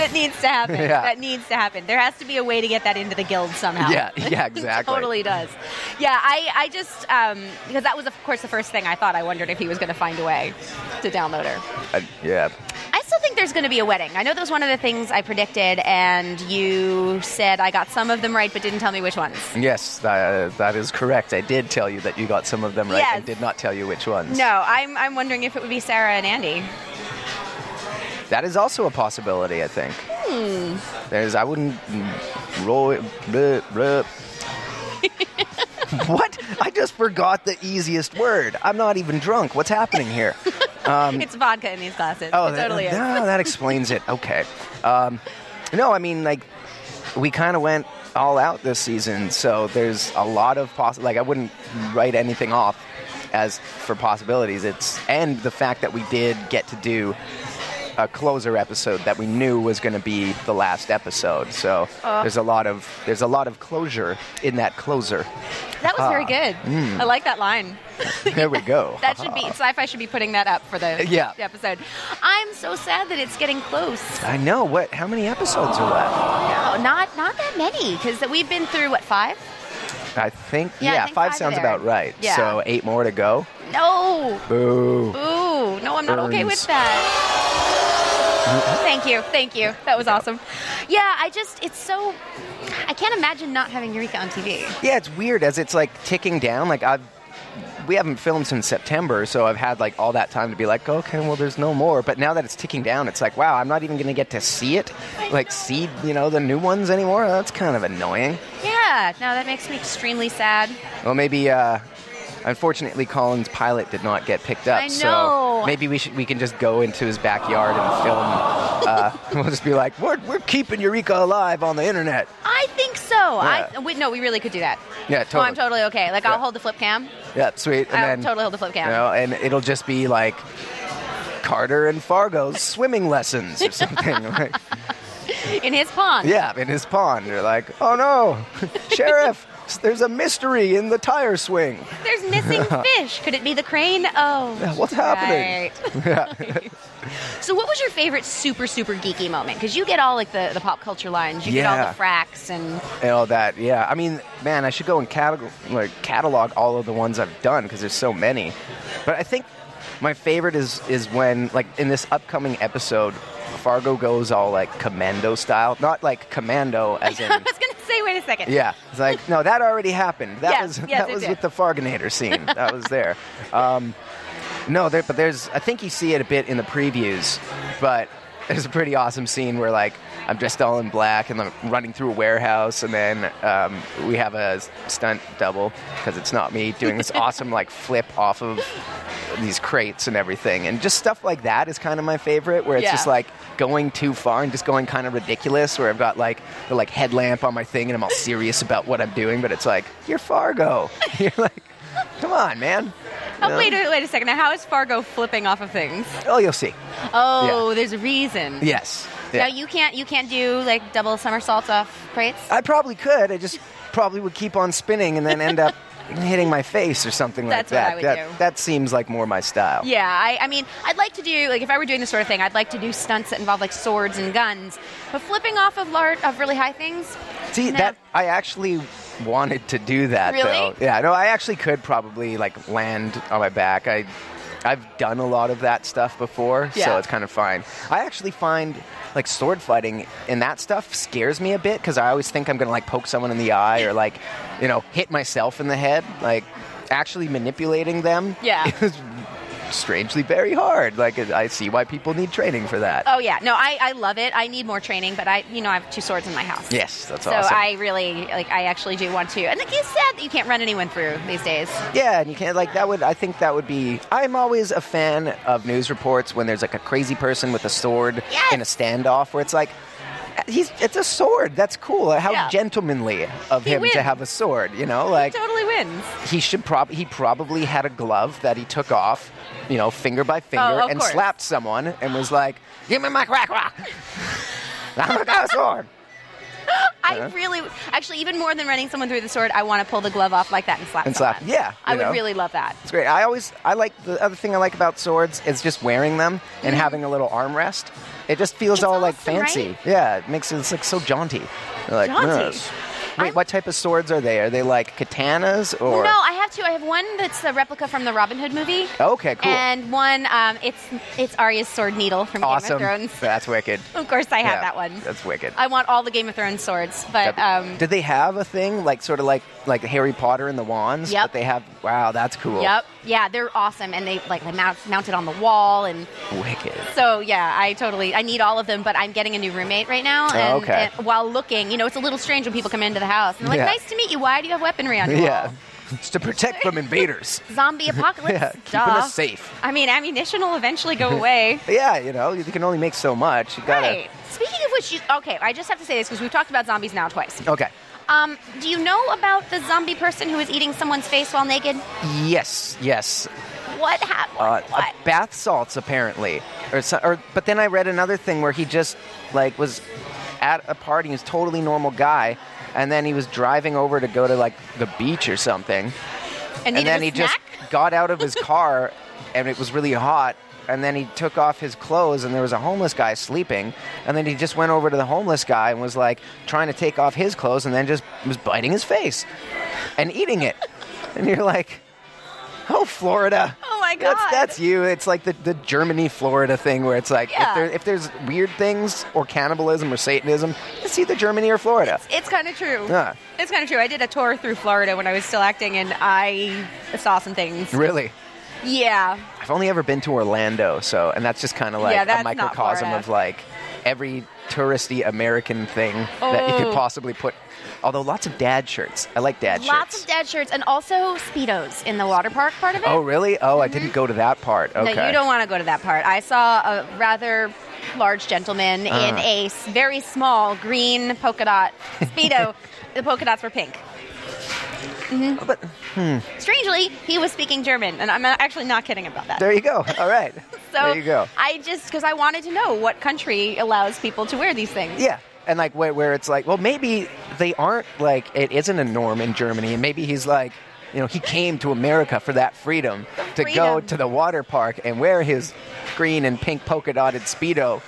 B: that needs to happen.
C: Yeah.
B: That needs to happen. There has to be a way to get that into the guild somehow.
C: Yeah, yeah,
B: It
C: exactly.
B: totally does. Yeah, I, I just, um, because that was, of course, the first thing I thought. I wondered if he was going to find a way to download her.
C: Uh, yeah,
B: I still think there's going to be a wedding. I know that was one of the things I predicted, and you said I got some of them right, but didn't tell me which ones.
C: yes, uh, that is correct. I did tell you that you got some of them right,
B: Yes.
C: and did not tell you which ones.
B: No, I'm, I'm wondering if it would be Sarah and Andy.
C: That is also a possibility, I think. There's, I wouldn't mm, roll it. bleh, bleh. what? I just forgot the easiest word. I'm not even drunk. What's happening here?
B: it's vodka in these glasses. it
C: Um, Oh, that-
B: totally is.
C: no, that explains it. Okay. Um, no, I mean, like, we kind of went all out this season, so there's a lot of poss. Like, I wouldn't write anything off as for possibilities. It's and the fact that we did get to do a closer episode that we knew was going to be the last episode. So
B: Uh.
C: there's a lot of there's a lot of closure in that closer.
B: That was
C: ah,
B: very good.
C: mm.
B: I like that line.
C: There we go.
B: That should be sci-fi. Should be putting that up for the
C: Yeah.
B: episode. I'm so sad that it's getting close.
C: I know what. How many episodes are left?
B: No, not not that many because we've been through what five?
C: I think
B: Yeah,
C: yeah,
B: I think
C: five
B: five
C: sounds
B: there.
C: about right.
B: Yeah.
C: So eight more to go.
B: No,
C: Boo.
B: ooh, no, I'm not okay
C: Burns.
B: with that. Thank you, thank you. That was awesome. Yeah, I just it's so I can't imagine not having Eureka on TV.
C: Yeah, it's weird as it's like ticking down. Like I've we haven't filmed since September, so I've had like all that time to be like, okay, well, there's no more. But now that it's ticking down, it's like, wow, I'm not even going to get to see it, like see you know the new ones anymore. That's kind of annoying.
B: Yeah, no, that makes me extremely sad.
C: Well, maybe. uh Unfortunately, Colin's pilot did not get picked up,
B: I know.
C: so maybe we should, we can just go into his backyard and film. Uh, we'll just be like, we're, we're keeping Eureka alive on the internet.
B: I think so. I
C: Yeah.
B: we, no, we really could do that.
C: Yeah,
B: Oh, I'm totally
C: totally.
B: okay. Like
C: Yeah.
B: I'll hold the flip cam.
C: Yeah, sweet. And
B: I'll
C: then,
B: totally hold the flip cam.
C: You know, and it'll just be like Carter and Fargo's swimming lessons or something. like,
B: in his pond.
C: yeah, in his pond. You're like, oh no, Sheriff, there's a mystery in the tire swing.
B: There's missing fish. Could it be the crane? Oh,
C: Yeah, what's happening?
B: Right. so, what was your favorite super super geeky moment? Because you get all like the, the pop culture lines. You get all
C: Yeah.
B: the fracks and
C: And all that. Yeah, I mean, man, I should go and catalog, like, catalog all of the ones I've done because there's so many. But I think my favorite is is when, like, in this upcoming episode, Fargo goes all like commando style, not like commando as
B: I
C: in.
B: was gonna say, wait a second.
C: Yeah, it's like no, that already happened. That
B: Yeah,
C: was
B: yes,
C: that
B: it
C: was
B: did.
C: with the Fargonator scene. That was there. Um, no, there, but there's. I think you see it a bit in the previews, but there's a pretty awesome scene where like I'm dressed all in black and I'm running through a warehouse, and then um, we have a s- stunt double because it's not me doing this awesome like flip off of these crates and everything, and just stuff like that is kind of my favorite. Where it's
B: Yeah.
C: just like going too far and just going kind of ridiculous where I've got like the like headlamp on my thing and I'm all serious about what I'm doing, but it's like, you're Fargo. You're like, come on, man.
B: Oh, wait, wait, wait a second. Now, how is Fargo flipping off of things?
C: Oh, you'll see.
B: Oh, there's a reason.
C: Yes. Yeah.
B: No, you can't. You can't do like double somersaults off crates.
C: I probably could. I just probably would keep on spinning and then end up hitting my face or something
B: That's what
C: like that.
B: I would
C: that
B: do.
C: that seems like more my style.
B: Yeah, I, I mean, I'd like to do like if I were doing this sort of thing, I'd like to do stunts that involve like swords and guns. But flipping off of lar- of really high things,
C: See
B: No.
C: that I actually wanted to do that
B: Really?
C: though. Yeah, no, I actually could probably like land on my back. I I've done a lot of that stuff before,
B: Yeah.
C: so it's kind of fine. I actually find like sword fighting and that stuff scares me a bit cuz I always think I'm going to like poke someone in the eye or like, you know, hit myself in the head, like actually manipulating them.
B: Yeah.
C: Is strangely very hard. Like I see why people need training for that.
B: oh yeah, no, I, I love it. I need more training, but I you know I have two swords in my house.
C: Yes, that's
B: So
C: awesome.
B: I really like I actually do want to. And like it's sad that you can't run anyone through these days.
C: Yeah, and you can't like that would I think that would be I'm always a fan of news reports when there's like a crazy person with a sword
B: Yes.
C: in a standoff where it's like he's it's a sword. That's cool. How
B: Yeah.
C: gentlemanly of
B: He
C: him to
B: wins.
C: have a sword, you know? Like
B: Totally wins.
C: he should prob he probably had a glove that he took off, you know, finger by finger
B: Oh, of
C: and
B: course.
C: slapped someone and was like, "Give me my crack rock." I'm a sword.
B: I
C: Uh-huh.
B: really, actually, even more than running someone through the sword, I want to pull the glove off like that and slap.
C: And slap-
B: someone.
C: yeah,
B: I
C: you
B: would
C: know.
B: really love that.
C: It's great. I always I like the other thing I like about swords is just wearing them and having a little armrest. It just feels
B: Mm-hmm. It's
C: all like
B: awesome,
C: fancy.
B: right?
C: Yeah, it makes it it's like so jaunty. Like,
B: Jaunty.
C: yes.
B: I'm-
C: Wait, what type of swords are they? Are they like katanas or?
B: Well, no, I have two. I have one that's the replica from the Robin Hood movie.
C: Okay, cool.
B: And one, um, it's it's Arya's sword needle from
C: awesome.
B: Game of Thrones.
C: That's wicked.
B: Of course, I have
C: Yeah,
B: that one.
C: That's wicked.
B: I want all the Game of Thrones swords, but um,
C: Did they have a thing like sort of like like Harry Potter and the wands?
B: Yep.
C: But they have. Wow, that's cool.
B: yep, yeah, they're awesome, and they like they mount, mounted on the wall, and
C: Wicked.
B: so yeah, I totally I need all of them. But I'm getting a new roommate right now, and,
C: Oh, okay.
B: and while looking, you know, it's a little strange when people come into the house and they're like,
C: Yeah.
B: "Nice to meet you. Why do you have weaponry on your
C: Yeah.
B: wall?"
C: It's to protect from invaders.
B: Zombie apocalypse.
C: Yeah, keeping
B: duh.
C: us safe.
B: I mean, ammunition will eventually go away.
C: Yeah, you know, you can only make so much. You gotta.
B: Right. Speaking of which, you, okay, I just have to say this because we've talked about zombies now twice.
C: Okay.
B: Um, do you know about the zombie person who was eating someone's face while naked?
C: Yes, yes.
B: What happened?
C: Uh, uh,
B: what?
C: bath salts, apparently. Or, so, or, but then I read another thing where he just like was at a party. He was a totally normal guy, and then he was driving over to go to like the beach or something,
B: and
C: and
B: needed
C: then
B: a
C: he
B: snack?
C: just got out of his car, and it was really hot. And then he took off his clothes, and there was a homeless guy sleeping. And then he just went over to the homeless guy and was like trying to take off his clothes, and then just was biting his face and eating it. and you're like, "Oh, Florida!
B: Oh my God.
C: That's that's you. It's like the, the Germany Florida thing where it's like
B: Yeah.
C: if, there, if there's weird things or cannibalism or Satanism, it's either Germany or Florida.
B: It's kind of true.
C: Yeah.
B: It's kind of true. I did a tour through Florida when I was still acting, and I saw some things.
C: Really,
B: Yeah.
C: I've only ever been to Orlando, so and that's just kind of like
B: Yeah,
C: a
B: that's not
C: microcosm
B: Florida.
C: of like every touristy American thing that you
B: Oh.
C: could possibly put. Although lots of dad shirts, I like dad
B: Lots
C: shirts.
B: of dead shirts and also speedos in the water park part of it.
C: oh really? Oh, I didn't go to that part. Okay.
B: Mm-hmm. No, you don't want to go to that part. I saw a rather large gentleman
C: Uh.
B: in a s- very small green polka dot speedo. the polka dots were pink. Mm-hmm.
C: Oh, But hmm.
B: Strangely, he was speaking German, and I'm actually not kidding about that.
C: there you go. All right.
B: so
C: there you go.
B: I just because I wanted to know what country allows people to wear these things.
C: Yeah. And like where, where it's like, well, maybe they aren't like it isn't a norm in Germany, and maybe he's like, you know, he came to America for that freedom to go
B: freedom.
C: to the water park and wear his green and pink polka dotted speedo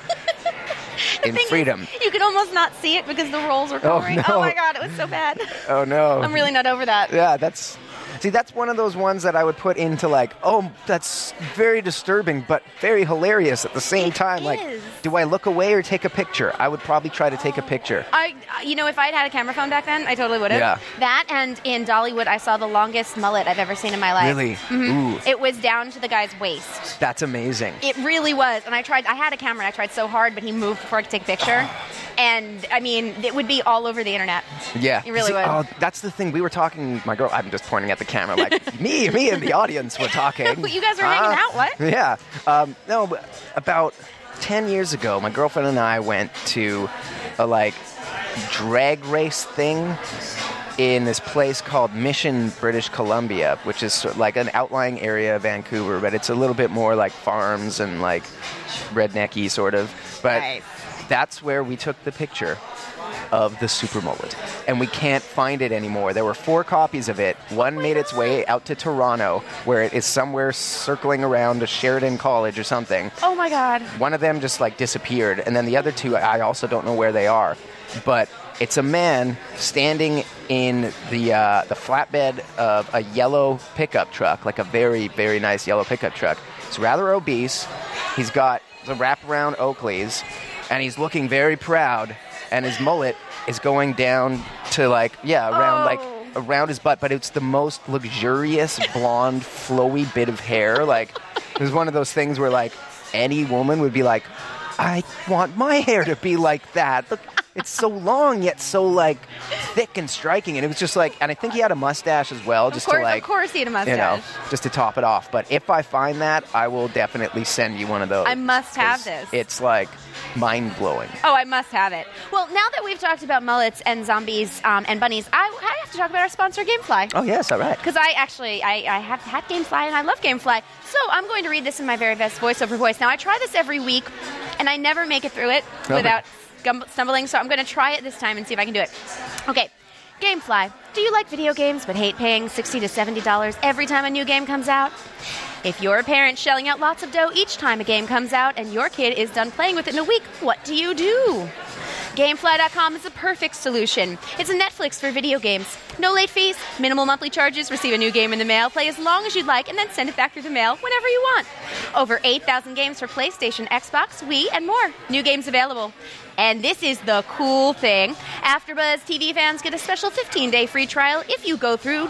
C: in
B: Thing is,
C: freedom. Oh,
B: You could almost not see it because the rolls were covering. Oh,
C: no.
B: my god, it was so bad.
C: Oh no!
B: I'm really not over that.
C: yeah. That's see, that's one of those ones that I would put into like, oh, that's very disturbing, but very hilarious at the same
B: It
C: time. Like,
B: is.
C: do I look away or take a picture? I would probably try to take a picture.
B: I, you know, if I'd had a camera phone back then, I totally would have.
C: Yeah.
B: That and in Dollywood, I saw the longest mullet I've ever seen in my life.
C: Really?
B: Mhm.
C: Ooh.
B: It was down to the guy's waist.
C: That's amazing.
B: It really was, and I tried. I had a camera. and I tried so hard, but he moved before I could take a picture. And I mean, it would be all over the internet.
C: Yeah,
B: it really
C: See,
B: would.
C: Oh, that's the thing. We were talking. My girl. I'm just pointing at the camera. Like me, me, and the audience were talking. Ah.
B: You guys were hanging out, what?
C: Yeah. Um, no, but about ten years ago, my girlfriend and I went to a like drag race thing in this place called Mission, British Columbia, which is sort of like an outlying area of Vancouver, but it's a little bit more like farms and like rednecky sort of. But
B: Nice.
C: That's where we took the picture of the super mullet, and we can't find it anymore. There were four copies of it. One made its way out to Toronto, where it is somewhere circling around a Sheridan College or something.
B: Oh my god.
C: One of them just like disappeared, and then the other two, I also don't know where they are. But it's a man standing in the uh, the flatbed of a yellow pickup truck, like a very very nice yellow pickup truck. He's rather obese. He's got the wraparound Oakleys, and he's looking very proud. And his mullet is going down to like yeah around
B: Oh.
C: like around his butt, but it's the most luxurious blonde, flowy bit of hair. Like it was one of those things where like any woman would be like, I want my hair to be like that. Look, it's so long yet so like thick and striking. And it was just like, and I think he had a mustache as well,
B: Of
C: just
B: course,
C: to like.
B: of course, he had a mustache.
C: You know, just to top it off. But if I find that, I will definitely send you one of those.
B: I must have
C: 'Cause
B: this.
C: It's like mind blowing.
B: Oh, I must have it. Well, now that we've talked about mullets and zombies um, and bunnies, I, I have to talk about our sponsor, Gamefly.
C: Oh yes, all right.
B: Because I actually, I, I have had Gamefly and I love Gamefly. So I'm going to read this in my very best voiceover voice. Now, I try this every week and I never make it through it
C: Okay.
B: without scum- stumbling. So I'm going to try it this time and see if I can do it. Okay. Gamefly. Do you like video games but hate paying $60 to $70 every time a new game comes out? If you're a parent shelling out lots of dough each time a game comes out and your kid is done playing with it in a week, what do you do? Gamefly.com is the perfect solution. It's a Netflix for video games. No late fees, minimal monthly charges, receive a new game in the mail, play as long as you'd like, and then send it back through the mail whenever you want. Over 8,000 games for PlayStation, Xbox, Wii, and more. New games available. And this is the cool thing. AfterBuzz TV fans get a special 15-day free trial if you go through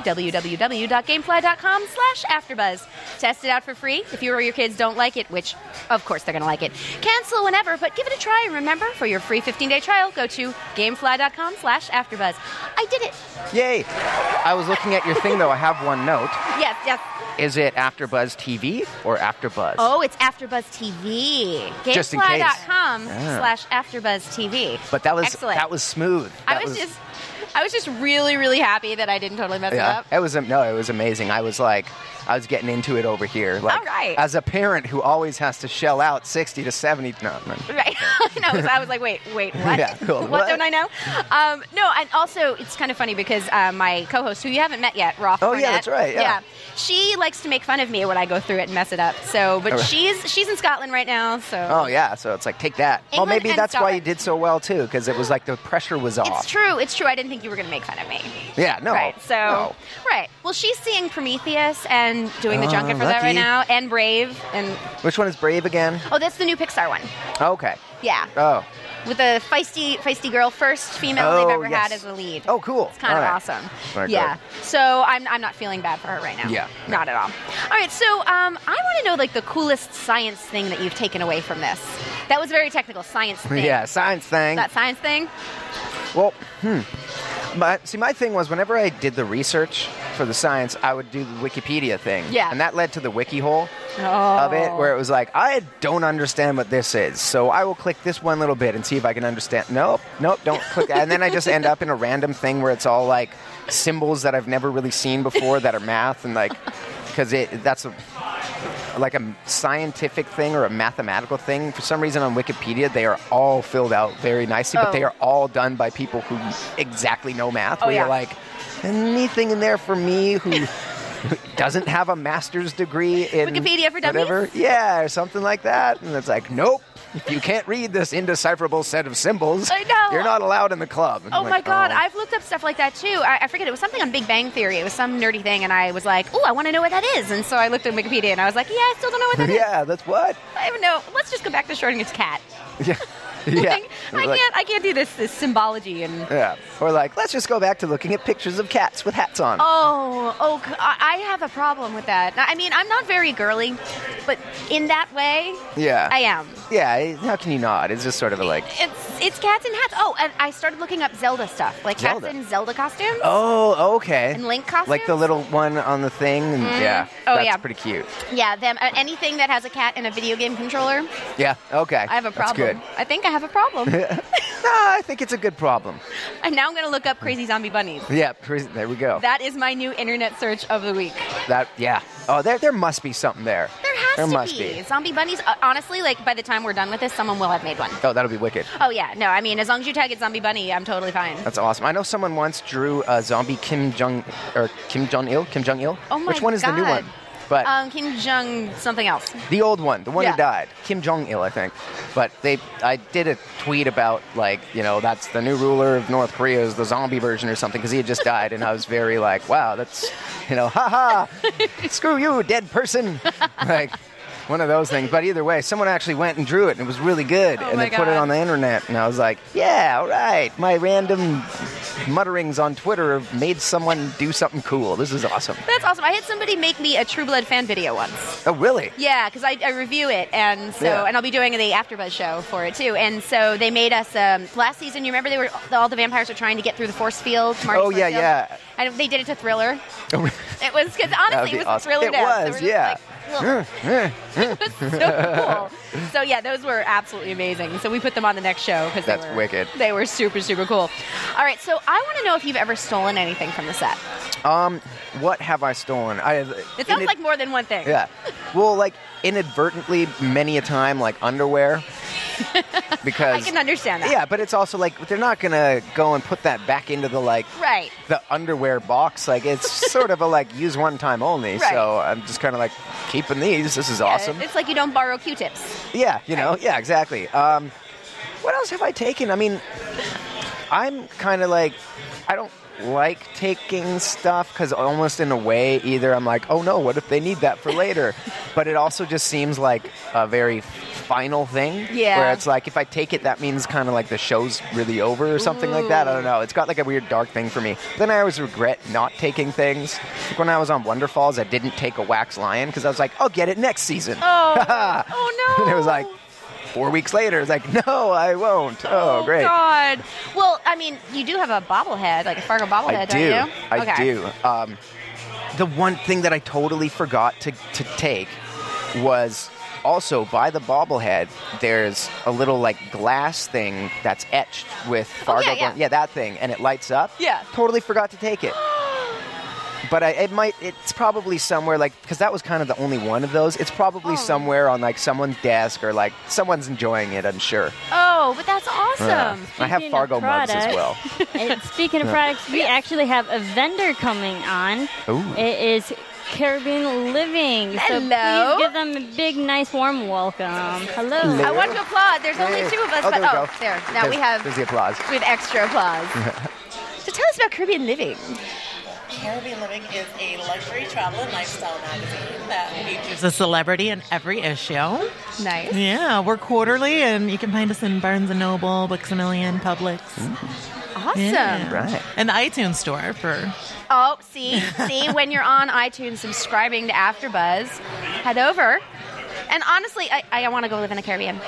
B: www.gamefly.com slash AfterBuzz. Test it out for free. If you or your kids don't like it, which of course they're going to like it, cancel whenever, but give it a try. And remember, for your free 15-day trial, go to gamefly.com slash AfterBuzz. I did it.
C: Yay! I was looking at your thing though. I have one note.
B: Yes, yes.
C: Is it AfterBuzz TV or AfterBuzz?
B: Oh, it's AfterBuzz TV.
C: Just in case.
B: Gamefly.com
C: Yeah.
B: slash AfterBuzz TV.
C: But that was
B: Excellent.
C: that was smooth.
B: I
C: That
B: was, just, I was just really, really happy that I didn't totally mess it
C: yeah.
B: up.
C: It was um, no, it was amazing. I was like, I was getting into it over here. Like,
B: All right.
C: As a parent who always has to shell out sixty to seventy. No, no.
B: Right. no, so I was like, wait, wait, what?
C: Yeah, cool.
B: what,
C: What?
B: don't I know? Um, no, and also it's kind of funny because uh, my co-host, who you haven't met yet, Roth.
C: Oh, yeah,
B: Burnett,
C: that's right, yeah.
B: she likes to make fun of me when I go through it and mess it up. So, but
C: All right.
B: she's she's in Scotland right now, so.
C: Oh yeah. So it's like take that. well,
B: England
C: maybe
B: and
C: that's why you
B: Scotland.
C: did so well too, because it was like the pressure was off.
B: It's true. It's true. I didn't think you were going to make fun of me.
C: Yeah. No.
B: right. So,
C: no.
B: right. Well, she's seeing Prometheus and doing the
C: Oh,
B: junket for that
C: lucky.
B: right now, and Brave, and
C: Which one is brave again?
B: oh, that's the new Pixar one.
C: Okay.
B: Yeah.
C: Oh.
B: with a feisty feisty girl, first female
C: Oh,
B: they've ever
C: yes.
B: had as a lead.
C: Oh, cool.
B: It's kind
C: All
B: of
C: right.
B: awesome.
C: Very
B: yeah.
C: good.
B: So I'm, I'm not feeling bad for her right now.
C: Yeah.
B: Not at all. All right. So um, I want to know like the coolest science thing that you've taken away from this. That was very technical science thing.
C: Yeah. Science thing.
B: That science thing.
C: Well, hmm. My, see, my thing was whenever I did the research for the science, I would do the Wikipedia thing.
B: Yeah.
C: And that led to the wiki hole
B: Oh.
C: of it, where it was like, I don't understand what this is, so I will click this one little bit and see if I can understand. Nope, nope, don't click that. And then I just end up in a random thing where it's all like symbols that I've never really seen before that are math and like, because it that's a, like a scientific thing or a mathematical thing. For some reason on Wikipedia, they are all filled out very nicely, but
B: Oh.
C: they are all done by people who exactly know math.
B: Oh,
C: where
B: yeah.
C: you're like, anything in there for me who doesn't have a master's degree in
B: Wikipedia for dummies?
C: whatever, yeah, or something like that. And it's like, nope, you can't read this indecipherable set of symbols.
B: I know.
C: You're not allowed in the club. And
B: Oh
C: I'm
B: my
C: like,
B: god,
C: oh.
B: I've looked up stuff like that too. I, I forget, it was something on Big Bang Theory. It was some nerdy thing, and I was like, oh, I want to know what that is. And so I looked at Wikipedia and I was like, yeah, I still don't know what that is.
C: Yeah, that's what.
B: I don't know. Let's just go back to Schrodinger's cat.
C: Yeah. yeah.
B: Like, I
C: Like-
B: can't. I can't do this. This symbology and.
C: Yeah. Or like, let's just go back to looking at pictures of cats with hats on.
B: Oh, oh! c- I I have a problem with that. I mean, I'm not very girly, but in that way,
C: yeah.
B: I am.
C: Yeah, it- how can you not? It's just sort of a like,
B: It's it's cats in hats. Oh, and I started looking up Zelda stuff, like
C: Zelda.
B: cats in Zelda costumes.
C: oh, okay.
B: And Link
C: Like the
B: costumes?
C: little one on the thing. And Yeah.
B: Oh,
C: that's
B: yeah.
C: pretty cute.
B: Yeah, them. uh, Anything that has a cat in a video game controller,
C: Yeah, okay.
B: I have a problem.
C: That's good.
B: I think I have a problem.
C: No, I think it's a good problem.
B: and now I'm gonna look up crazy zombie bunnies.
C: Yeah, pres- there we go.
B: That is my new internet search of the week.
C: That yeah. Oh, there there must be something there.
B: There has
C: There
B: to
C: must
B: be.
C: be.
B: zombie bunnies. Uh, honestly, like by the time we're done with this, someone will have made one.
C: Oh, that'll be wicked.
B: Oh yeah, no, I mean as long as you tag it zombie bunny, I'm totally fine.
C: That's awesome. I know someone once drew a zombie Kim Jong or Kim Jong Il. Kim Jong Il.
B: Oh my
C: Which one is the new
B: God.
C: one? But
B: um, Kim Jong something else.
C: the old one, the one
B: Yeah.
C: who died, Kim Jong Il, I think. But they, I did a tweet about like you know that's the new ruler of North Korea is the zombie version or something because he had just died, and I was very like, wow, that's you know, haha, screw you, dead person, like. One of those things, but either way, someone actually went and drew it, and it was really good,
B: Oh
C: and
B: my
C: they put it
B: God.
C: on the internet, and I was like, "Yeah, all right." My random mutterings on Twitter have made someone do something cool. This is awesome.
B: That's awesome. I had somebody make me a True Blood fan video once.
C: Oh, really?
B: Yeah, because I, I review it, and so
C: Yeah.
B: and I'll be doing the AfterBuzz show for it too. And so they made us um, last season. You remember they were all the vampires were trying to get through the force field. to Marty's
C: Oh,
B: force
C: yeah,
B: field?
C: yeah.
B: And they did it to Thriller. It was because honestly,
C: be
B: it was
C: awesome.
B: Thriller.
C: It
B: death. So
C: was,
B: we're just
C: yeah.
B: like, "Ugh." so cool. So yeah, those were absolutely amazing. So we put them on the next show because
C: That's
B: they were,
C: wicked.
B: They were super super cool. All right, so I want to know if you've ever stolen anything from the set.
C: Um, What have I stolen? I have.
B: It sounds
C: inad-
B: like more than one thing.
C: Yeah. Well, like inadvertently, many a time, like underwear.
B: I
C: Because
B: can understand that.
C: yeah, but it's also like they're not gonna go and put that back into the like
B: Right.
C: the underwear box. Like it's sort of a like use one time only.
B: Right.
C: So I'm just kind of like keeping these. This is
B: Yeah,
C: awesome.
B: It's like you don't borrow Q-tips.
C: Yeah, you know, yeah, exactly. Um, what else have I taken? I mean, I'm kind of like, I don't like taking stuff because almost in a way, either I'm like, oh no, what if they need that for later? but it also just seems like a very final thing.
B: Yeah.
C: Where it's like, if I take it, that means kind of like the show's really over or something like that. I don't know. It's got like a weird dark thing for me. Then I always regret not taking things. Like when I was on Wonder Falls, I didn't take a wax lion because I was like, I'll get it next season.
B: Oh, oh no.
C: And it was like four weeks later. It's like, no, I won't. Oh, great.
B: God. Well, I mean, you do have a bobblehead, like a Fargo bobblehead,
C: I
B: don't
C: do.
B: you?
C: I
B: okay.
C: do. Um, the one thing that I totally forgot to, to take was also by the bobblehead, there's a little like glass thing that's etched with Fargo.
B: Oh, yeah, yeah.
C: gla- that thing. And it lights up.
B: Yeah.
C: Totally forgot to take it. But I, it might, it's probably somewhere like, because that was kind of the only one of those. It's probably
B: Oh.
C: somewhere on like someone's desk or like someone's enjoying it, I'm sure.
B: Oh, but that's awesome.
C: Yeah. I have
D: Speaking of
C: Fargo mugs as
D: products-
C: well.
D: and speaking of products, we actually have a vendor coming on.
C: Ooh.
D: It is Caribbean Living.
B: Hello.
D: So please give them a big, nice, warm welcome. Hello.
C: Hello.
B: I want to applaud. There's only
C: Hey.
B: two of us,
C: Oh,
B: but
C: there we
B: oh,
C: go.
B: there. Now we
C: There's-
B: have
C: There's the applause.
B: we have extra applause. so tell us about Caribbean living.
F: Caribbean Living is a luxury travel and lifestyle magazine that features a celebrity in every issue.
B: Nice.
F: Yeah, we're quarterly, and you can find us in Barnes and Noble, Books a Million, Publix,
B: Awesome.
F: Yeah.
C: Right.
F: and the iTunes store for
B: Oh, see, see, when you're on iTunes subscribing to AfterBuzz, head over. And honestly, I, I want to go live in the Caribbean.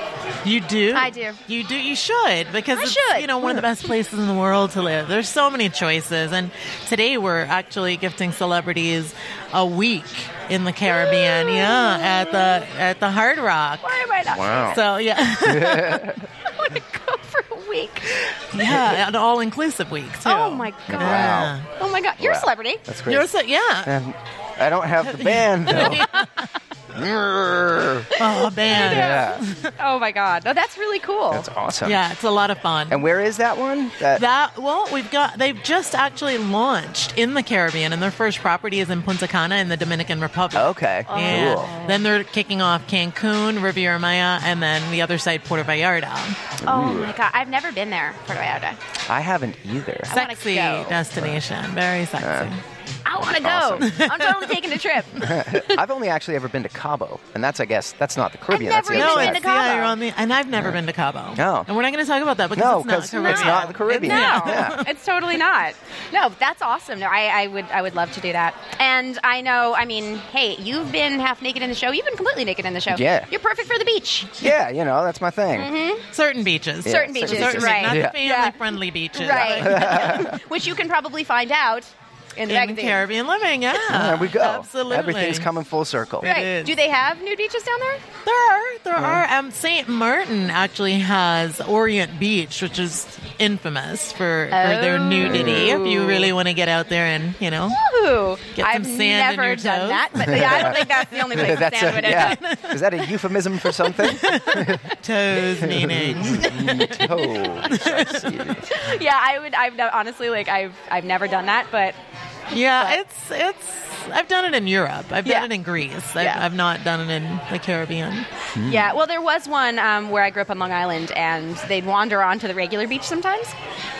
F: You do?
B: I do.
F: You do. You should because
B: I
F: it's,
B: should.
F: you know one of the best places in the world to live. There's so many choices, and today we're actually gifting celebrities a week in the Caribbean. Yeah, at the at the Hard Rock.
B: Why am I not?
C: Wow.
F: So yeah,
B: I want to go for a week.
F: yeah, an all inclusive week too.
B: Oh my god.
F: Yeah.
B: Oh my god, you're a
C: Wow.
B: celebrity.
C: That's great.
F: You're so, yeah.
C: Um, I don't have the band though. Grrr.
F: Oh man. Yeah.
C: yeah.
B: Oh my god. No, that's really cool.
C: That's awesome.
F: it's a lot of fun.
C: And where is that one? That,
F: That well, we've got they've just actually launched in the Caribbean, and their first property is in Punta Cana in the Dominican Republic.
C: Oh, okay.
F: Yeah.
C: Cool.
F: Then they're kicking off Cancun, Riviera Maya, and then the other side, Puerto Vallarta.
B: oh my god. I've never been there, Puerto Vallarta.
C: I haven't either.
B: wanna
F: Sexy
B: go.
F: destination. Very sexy.
B: I want to go. I'm totally taking a trip.
C: I've only actually ever been to Cabo, and that's I guess that's not the Caribbean.
B: never
C: that's the
B: even
C: other
B: been
F: no,
C: side.
B: to
F: it's, yeah,
B: Cabo.
F: you're on the, and I've never been to Cabo.
C: No.
F: And we're not going to talk about that because
C: No,
F: it's
C: 'cause
F: not
C: it's not the Caribbean.
B: No,
C: Yeah.
B: it's totally not. No, that's awesome. No, I, I would I would love to do that. And I know, I mean, hey, you've been half naked in the show. You've been completely naked in the show.
C: Yeah.
B: you're perfect for the beach.
C: yeah, you know that's my thing.
F: Certain beaches.
B: Mm-hmm. Certain
C: certain
B: beaches,
C: beaches.
F: Certain,
B: right?
F: Not
C: Yeah.
F: the family friendly beaches.
B: Right. Which you can probably find out In the
F: in
B: magazine.
F: Caribbean living. Yeah,
C: There we go.
F: Absolutely,
C: Everything's coming full circle.
F: It
B: Right.
F: is.
B: Do they have nude beaches down there?
F: There are, there are. Um, Saint Martin actually has Orient Beach, which is infamous for, for their
B: Oh.
F: nudity. If you really want to get out there and you know,
B: Ooh,
F: Get some
B: I've
F: sand in
B: never
F: your
B: done
F: toes.
B: that, but yeah, I don't think that's the only place
C: That's
B: sand
C: a,
B: would end up.
C: yeah. Is that a euphemism for something?
F: toes meaning.
C: oh, I see.
B: Yeah, I would. I've no- honestly like I've I've never done that, but
F: Yeah, it's it's. I've done it in Europe. I've done
B: Yeah.
F: it in Greece. I've,
B: Yeah.
F: I've not done it in the Caribbean.
B: Yeah, well, there was one um, where I grew up on Long Island, and they'd wander onto the regular beach sometimes.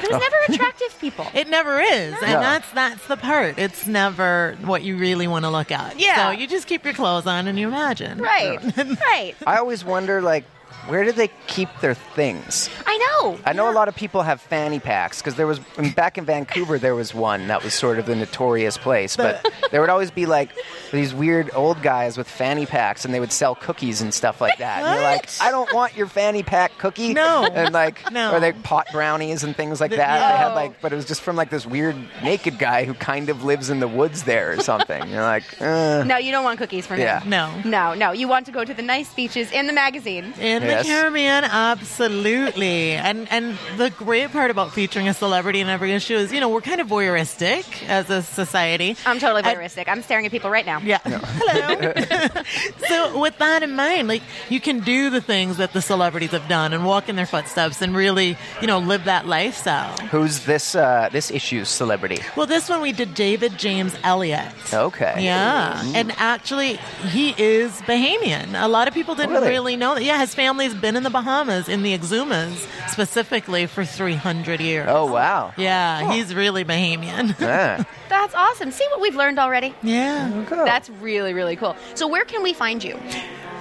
B: But it
C: Oh.
B: was never attractive people.
F: It never is, and
C: No.
F: that's that's the part. It's never what you really want to look at.
B: Yeah.
F: so you just keep your clothes on and you imagine.
B: right, right.
C: I always wonder, like, where do they keep their things?
B: I know.
C: I know a lot of people have fanny packs because there was back in Vancouver there was one that was sort of the notorious place, but there would always be like these weird old guys with fanny packs, and they would sell cookies and stuff like that. And you're like,
F: What?
C: I don't want your fanny pack cookie.
F: No.
C: and like,
F: No.
C: or they pot brownies and things like that. They had
B: No.
C: like, but it was just from like this weird naked guy who kind of lives in the woods there or something. You're like, uh,
B: No, you don't want cookies from
C: Yeah.
B: him.
F: No.
B: No, no. You want to go to the nice beaches in the magazine.
F: In
C: Yes.
F: the Caribbean, absolutely. And and the great part about featuring a celebrity in every issue is, you know, we're kind of voyeuristic as a society.
B: I'm totally
F: I-
B: voyeuristic. I'm staring at people right now.
F: Yeah. Hello. so with that in mind, like you can do the things that the celebrities have done and walk in their footsteps and really, you know, live that lifestyle.
C: who's this uh, this issue's celebrity?
F: Well, this one we did David James Elliott.
C: Okay. Mm-hmm.
F: Yeah, and actually, he is Bahamian. A lot of people didn't
C: Really?
F: really? know that. Yeah, his family's been in the Bahamas, in the Exumas specifically, for 300 years.
C: Oh wow.
F: Yeah, he's really Bahamian.
C: Yeah.
B: That's awesome. See what we've learned already?
F: yeah.
C: Cool.
B: That's really, really cool. So, where can we find you?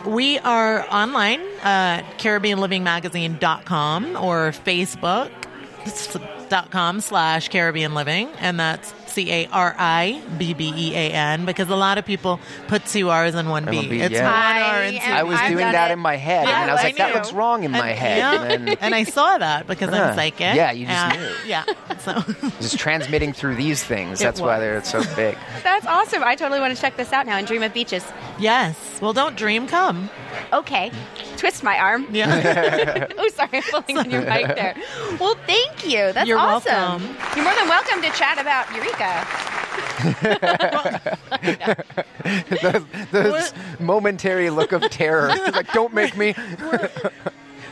F: We are online at CaribbeanLivingMagazine.com or Facebook. s- Dot com slash Caribbean Living, and that's C A R I B B E A N because a lot of people put two R's and one B.
C: one B,
F: it's
C: yeah.
F: one R and
B: I
F: two
B: am-
C: I was
B: I've
C: doing
B: done
C: that
B: it.
C: in my head, and
B: Yeah,
C: I was
B: I
C: like, "That
B: knew.
C: looks wrong in my head."
F: Yeah.
C: And then
F: And I saw that because
C: Yeah.
F: I'm psychic.
C: Yeah, you just
F: Uh,
C: knew.
F: Yeah. So
C: just transmitting through these things.
F: It
C: That's why
F: was.
C: they're so big.
B: That's awesome. I totally want to check this out now and dream of beaches.
F: yes. Well, don't dream, come.
B: Okay. Twist my arm.
F: Yeah.
B: oh, sorry, I'm pulling on your mic there. Well, thank you. That's
F: You're
B: awesome.
F: welcome.
B: You're more than welcome to chat about Eureka.
C: This momentary look of terror, like, "Don't make me." Oh,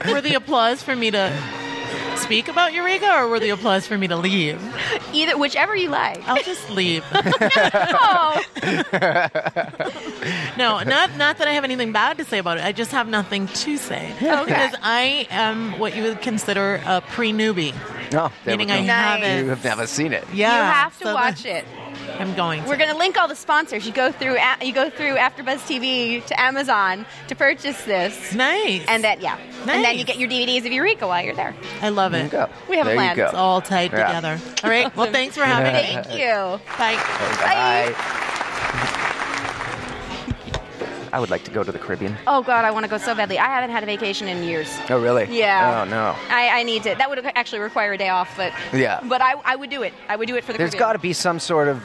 F: were the applause for me to speak about Eureka, or were the applause for me to leave?
B: Either, whichever you like.
F: I'll just leave.
B: Oh,
F: No, not not that I have anything bad to say about it. I just have nothing to say
B: Okay.
F: because I am what you would consider a pre newbie,
C: No, there we
F: meaning
C: go.
F: I
C: You
F: haven't.
C: have never seen it.
F: yeah,
B: you have to
F: so
B: watch it.
F: that- I'm going. To.
B: We're gonna link all the sponsors. You go through a- you go through AfterBuzz TV to Amazon to purchase this,
F: nice.
B: and that yeah, and then
F: Nice.
B: you get your DVDs of Eureka while you're there.
F: I love
C: There you
F: it.
C: go.
B: We have a
C: there
B: plan.
C: You
B: It's
F: It's
C: go.
F: all tied
C: Yeah.
F: together. All right. Well, thanks for having me.
B: Thank you.
F: Bye.
C: Bye. I would like to go to the Caribbean.
B: Oh God, I want to go so badly. I haven't had a vacation in years.
C: Oh, really?
B: Yeah.
C: Oh no.
B: I, I need to. That would actually require a day off, but
C: Yeah.
B: But I, I would do it. I would do it for the.
C: There's
B: Caribbean.
C: got to be some sort of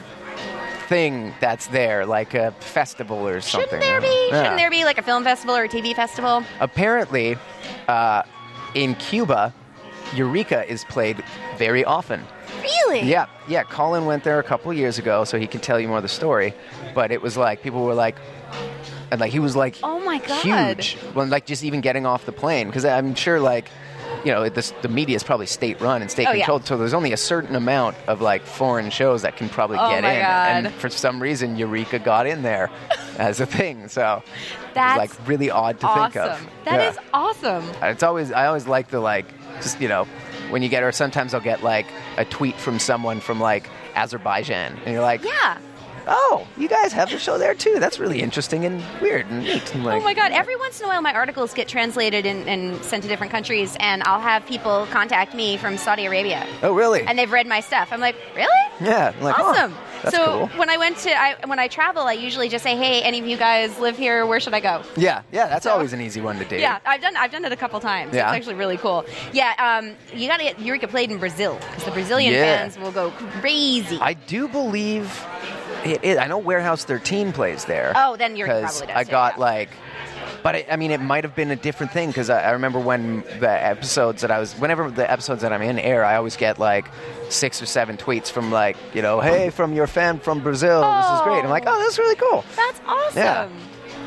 C: thing that's there, like a festival or something.
B: Shouldn't there be?
C: Yeah.
B: Shouldn't there be like a film festival or a TV festival?
C: apparently, uh, in Cuba, Eureka is played very often.
B: Really?
C: Yeah, yeah. Colin went there a couple years ago, so he can tell you more of the story. But it was like people were like, and like he was like,
B: Oh my God.
C: huge. Well, like just even getting off the plane because I'm sure like. You know, this, the media is probably state run and state
B: Oh, yeah.
C: controlled, so there's only a certain amount of like foreign shows that can probably
B: Oh,
C: get
B: my
C: in.
B: God.
C: And for some reason, Eureka got in there as a thing. So
B: That's
C: it's like really odd to
B: awesome.
C: think of.
B: That
C: Yeah.
B: is awesome.
C: It's always I always like the like just you know when you get or sometimes I'll get like a tweet from someone from like Azerbaijan and you're like
B: Yeah.
C: oh, you guys have the show there too. That's really interesting and weird and neat. And like,
B: Oh my god! Every once in a while, my articles get translated and, and sent to different countries, and I'll have people contact me from Saudi Arabia,
C: Oh, really?
B: and they've read my stuff. I'm like, really?
C: yeah. I'm like, huh,
B: awesome.
C: that's
B: so
C: cool.
B: when I went to I, when I travel, I usually just say, "Hey, any of you guys live here? Where should I go?"
C: Yeah, yeah, that's
B: So-
C: always an easy one to do.
B: Yeah, I've done I've done it a couple times.
C: Yeah.
B: It's actually really cool. Yeah, um, you got to get Eureka played in Brazil because the Brazilian
C: Yeah.
B: fans will go crazy.
C: I do believe it, it. I know Warehouse 13 plays there.
B: Oh, then you're- he
C: 'cause
B: probably does,
C: I
B: yeah,
C: got
B: yeah.
C: like, but I, I mean, it might have been a different thing because I, I remember when the episodes that I was, whenever the episodes that I'm in air, I always get like six or seven tweets from like, you know, hey, from your fan from Brazil, this is great. I'm like,
B: Oh.
C: oh, that's really cool.
B: That's awesome.
C: Yeah.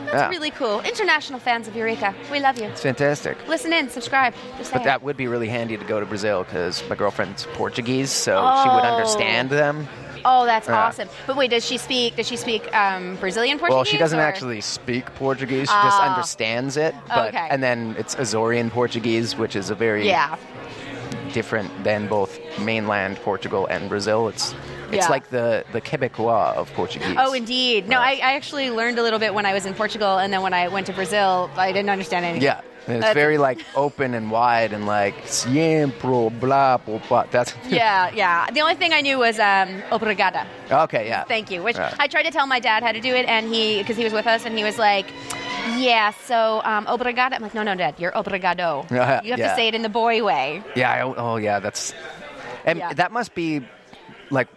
B: That's
C: Yeah.
B: really cool. International fans of Eureka, we love you.
C: It's fantastic.
B: Listen in, subscribe. Just
C: But
B: saying.
C: that would be really handy to go to Brazil because my girlfriend's Portuguese, so she would
B: Oh.
C: understand them.
B: Oh, that's
C: Yeah.
B: awesome. But wait, does she speak? Does she speak um, Brazilian Portuguese?
C: Well, she doesn't
B: or-
C: actually speak Portuguese. She just
B: Ah.
C: understands it. But,
B: Okay.
C: And then it's Azorean Portuguese, which is a very
B: Yeah. Oh,
C: different than both mainland Portugal and Brazil. It's it's
B: Yeah.
C: like the the Quebecois of Portuguese.
B: Oh, indeed. No, I, I actually learned a little bit when I was in Portugal, and then when I went to Brazil, I didn't understand anything.
C: Yeah. And it's
B: That's-
C: very like open and wide and like siempre blah blah blah. That's
B: Yeah, yeah. The only thing I knew was um, obrigada.
C: okay. Yeah.
B: Thank you. Which
C: Yeah.
B: I tried to tell my dad how to do it, and he, because he was with us, and he was like, yeah, so um, obrigada. I'm like, no, no, dad, you're obrigado. You have
C: Yeah.
B: to say it in the boy way.
C: Yeah. I, oh, yeah. That's and
B: Yeah.
C: that must be like.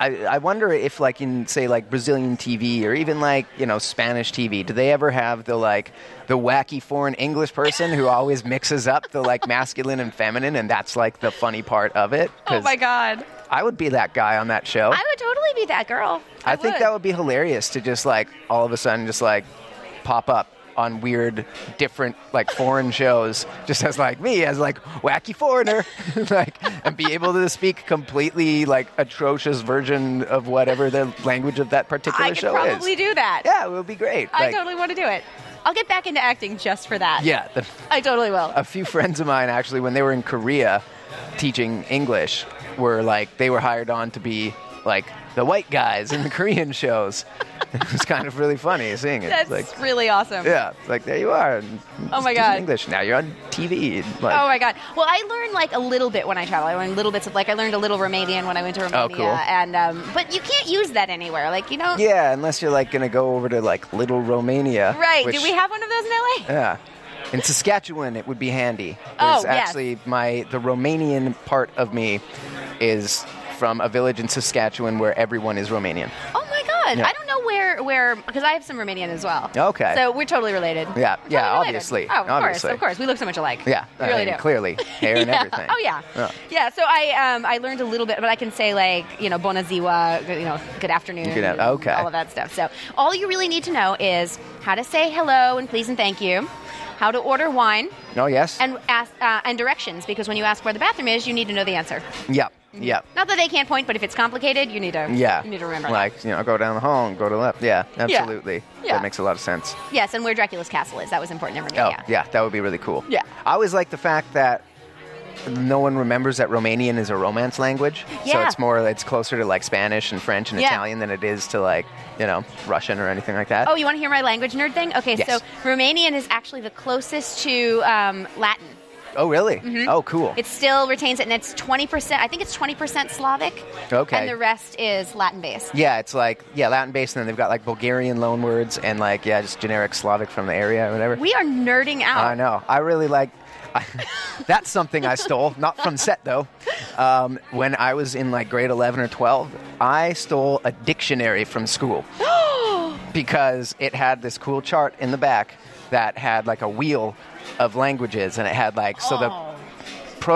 C: I, I wonder if like in say like Brazilian TV or even like you know Spanish TV, do they ever have the like the wacky foreign English person who always mixes up the like masculine and feminine, and that's like the funny part of it?
B: Oh,
C: 'Cause
B: my God.
C: I would be that guy on that show.
B: I would totally be that girl. I,
C: I think that would be hilarious to just like all of a sudden just like pop up on weird, different, like foreign shows, just as like me, as like wacky foreigner, like, and be able to speak completely like atrocious version of whatever the language of that particular
B: I could
C: show
B: probably
C: is.
B: do that.
C: Yeah, it would be great.
B: I
C: Like,
B: totally want to do it. I'll get back into acting just for that.
C: Yeah, the,
B: I totally will.
C: a few friends of mine actually, when they were in Korea teaching English, were like they were hired on to be like the white guys in the Korean shows. it was kind of really funny seeing it. It's
B: That's
C: like,
B: really awesome.
C: Yeah, it's like there you are. and
B: Oh my
C: teaching
B: God.
C: English now you're on TV. Like,
B: Oh my god! Well, I learned like a little bit when I travel. I learned little bits of like I learned a little Romanian when I went to Romania,
C: Oh, cool.
B: and um, but you can't use that anywhere. Like you know,
C: yeah, unless you're like gonna go over to like Little Romania.
B: right?
C: which-
B: Do we have one of those in LA?
C: Yeah. In Saskatchewan, it would be handy.
B: Oh,
C: There's
B: yes.
C: actually my the Romanian part of me is from a village in Saskatchewan where everyone is Romanian.
B: Oh my god!
C: Yeah.
B: I don't know where where because I have some Romanian as well.
C: Okay.
B: So we're totally related.
C: Yeah,
B: We're
C: yeah,
B: totally related.
C: obviously,
B: Oh, of
C: obviously.
B: course, of course. We look so much alike.
C: Yeah,
B: we
C: I
B: really
C: mean,
B: do.
C: clearly hair and
B: yeah.
C: everything.
B: Oh yeah.
C: Yeah.
B: yeah, So I um, I learned a little bit, but I can say like you know bonaziwa, you know good afternoon,
C: Good af- okay.
B: all of that stuff. So all you really need to know is how to say hello and please and thank you, how to order wine,
C: Oh yes.
B: and ask uh, and directions because when you ask where the bathroom is, you need to know the answer.
C: yeah, yeah,
B: Not that they can't point, but if it's complicated, you need to
C: Uh, yeah.
B: you need to remember. that.
C: Like you know, go down the hall and go to the left. Yeah, absolutely.
B: Yeah.
C: That makes a lot of sense.
B: Yes, and where Dracula's castle is. That was important to
C: Oh,
B: remember.
C: yeah. that would be really cool.
B: Yeah.
C: I always like the fact that no one remembers that Romanian is a Romance language. So
B: Yeah.
C: it's more, it's closer to like Spanish and French and
B: Yeah.
C: Italian than it is to like, you know, Russian or anything like that.
B: Oh, you want to hear my language nerd thing? Okay,
C: Yes.
B: so Romanian is actually the closest to um, Latin.
C: Oh, really?
B: Mm-hmm.
C: Oh, cool.
B: It still retains it, and it's 20%, I think it's 20% Slavic.
C: Okay.
B: And the rest is Latin based.
C: yeah, it's like, yeah, Latin based, and then they've got like Bulgarian loanwords and like, yeah, just generic Slavic from the area or whatever.
B: We are nerding out.
C: I know. I really like. I, that's something I stole, not from set though. Um, when I was in like grade eleven or twelve, I stole a dictionary from school because it had this cool chart in the back that had like a wheel of languages, and it had like so
B: Oh.
C: the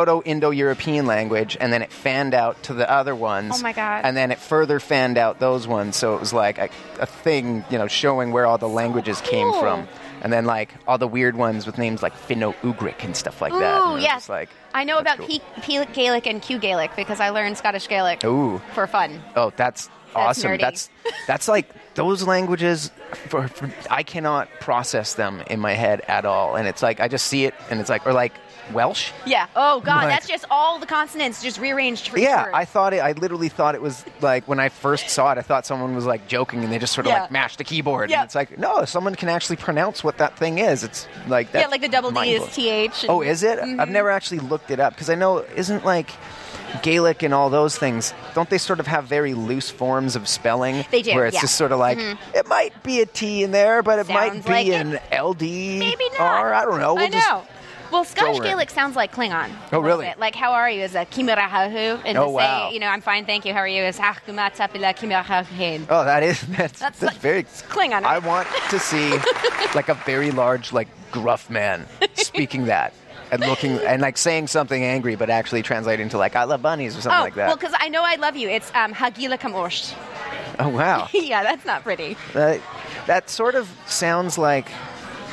C: Proto-Indo-European language, and then it fanned out to the other ones.
B: Oh my God.
C: And then it further fanned out those ones, so it was like a, a thing, you know, showing where all the languages came
B: cool.
C: from, and then like all the weird ones with names like Finno-Ugric and stuff like that. and it
B: Ooh,
C: was
B: yes.
C: just like
B: I know
C: that's
B: about
C: cool.
B: P- P- Gaelic and Q Gaelic because I learned Scottish Gaelic
C: Ooh.
B: for fun.
C: Oh, that's awesome.
B: nerdy.
C: That's that's like those languages. For, for I cannot process them in my head at all, and it's like I just see it, and it's like or like Welsh?
B: Yeah. Oh God,
C: Like-
B: that's just all the consonants just rearranged for each
C: Yeah,
B: word.
C: I thought it. I literally thought it was like when I first saw it, I thought someone was like joking and they just sort of
B: Yeah.
C: like mashed the keyboard.
B: Yeah.
C: And it's like, no, someone can actually pronounce what that thing is. It's like that.
B: yeah, like the double D is Mm-hmm. th. and-
C: Oh, is it? I've never actually looked it up because I know isn't like Gaelic and all those things. Don't they sort of have very loose forms of spelling?
B: They do,
C: Where it's
B: yeah. Mm-hmm.
C: just sort of like it might be a T in there, but it might
B: Sounds
C: be
B: like it.
C: an LD
B: Maybe not.
C: R. Oh, I don't know. We'll
B: I
C: just
B: know. Well, Scottish
C: her in.
B: Gaelic sounds like Klingon. a
C: Oh,
B: little
C: really?
B: bit. Like, how are you is a kimirahahu, and
C: Oh,
B: to
C: wow.
B: say, you know, I'm fine, thank you, how are you is hakumatapila kimirahahuhin.
C: Oh, that is that's that's,
B: That's like
C: very
B: Klingon,
C: I
B: right?
C: want to see like a very large, like gruff man speaking that and looking and like saying something angry, but actually translating to like "I love bunnies" or something
B: Oh,
C: like that.
B: well, because I know I love you. It's um, Hagila Kamorst.
C: oh wow,
B: yeah, that's not pretty.
C: that, that sort of sounds like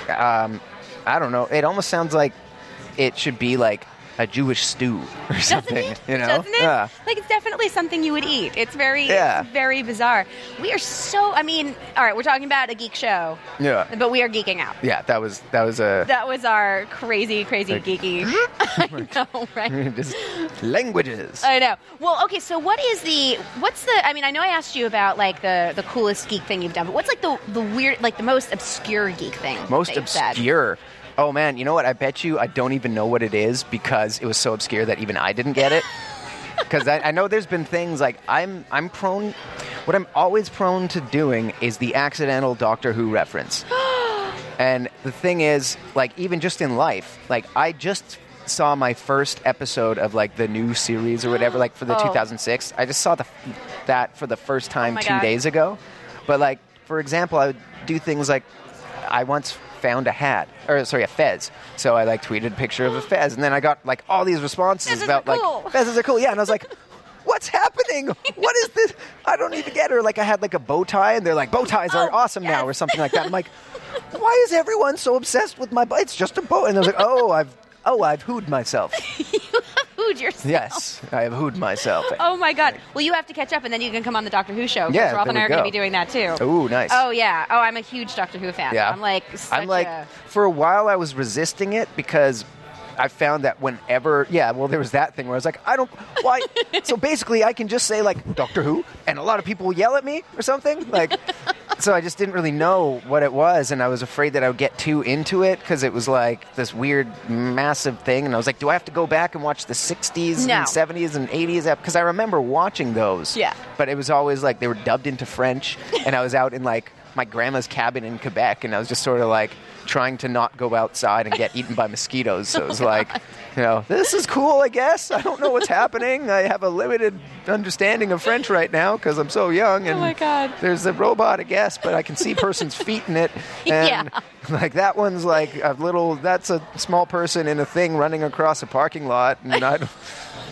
C: um, I don't know. It almost sounds like it should be like a Jewish stew or
B: Doesn't
C: something.
B: it?
C: You know?
B: Doesn't it?
C: Yeah.
B: Like it's definitely something you would eat. It's very,
C: Yeah.
B: it's very bizarre. We are so. I mean, all right, we're talking about a geek show.
C: Yeah.
B: But we are geeking out.
C: Yeah, that was that was a
B: That was our crazy, crazy
C: Like-
B: geeky. I know, right?
C: just languages.
B: I know. Well, okay. So, what is the? What's the? I mean, I know I asked you about like the the coolest geek thing you've done, but what's like the the weird, like the most obscure geek thing?
C: Most
B: that you've said?
C: obscure. Oh man, you know what? I bet you I don't even know what it is because it was so obscure that even I didn't get it. Because I, I know there's been things like I'm I'm prone. What I'm always prone to doing is the accidental Doctor Who reference. and the thing is, like even just in life, like I just saw my first episode of like the new series or whatever, like for the
B: Oh.
C: 2006. I just saw the that for the first time
B: my
C: two
B: God.
C: days ago. But like for example, I would do things like I once found a hat, or sorry, a fez. So I like tweeted a picture of a fez, and then I got like all these responses
B: Fezzes
C: about
B: are cool.
C: like fezes are cool, yeah. And I was like, what's happening? What is this? I don't even get her. Like I had like a bow tie, and they're like bow ties are
B: Oh,
C: awesome now,
B: yes.
C: or something like that. I'm like, why is everyone so obsessed with my bow? It's just a bow, and I was like, oh, I've oh, I've hooed myself.
B: Food yourself.
C: Yes, I have hooed myself.
B: Oh my God! Well, you have to catch up, and then you can come on the Doctor Who show. 'cause
C: Yeah,
B: Roth
C: there
B: and I
C: we
B: are going
C: go.
B: to be doing that too.
C: Ooh, nice.
B: Oh yeah. Oh, I'm a huge Doctor Who fan.
C: Yeah.
B: I'm like, such
C: I'm like
B: a-
C: for a while I was resisting it because I found that whenever yeah, well there was that thing where I was like, I don't why so basically I can just say like Doctor Who and a lot of people will yell at me or something. Like so I just didn't really know what it was and I was afraid that I would get too into it because it was like this weird massive thing and I was like, do I have to go back and watch the 60s
B: No.
C: and 70s and 80s because I remember watching those.
B: Yeah.
C: But it was always like they were dubbed into French, and I was out in like my grandma's cabin in Quebec, and I was just sort of like trying to not go outside and get eaten by mosquitoes. So it
B: Oh,
C: was like, you know, this is cool, I guess. I don't know what's happening. I have a limited understanding of French right now because I'm so young. And
B: Oh, my God.
C: There's a robot, I guess, but I can see person's feet in it. And
B: Yeah.
C: like that one's like a little, that's a small person in a thing running across a parking lot. And I don't,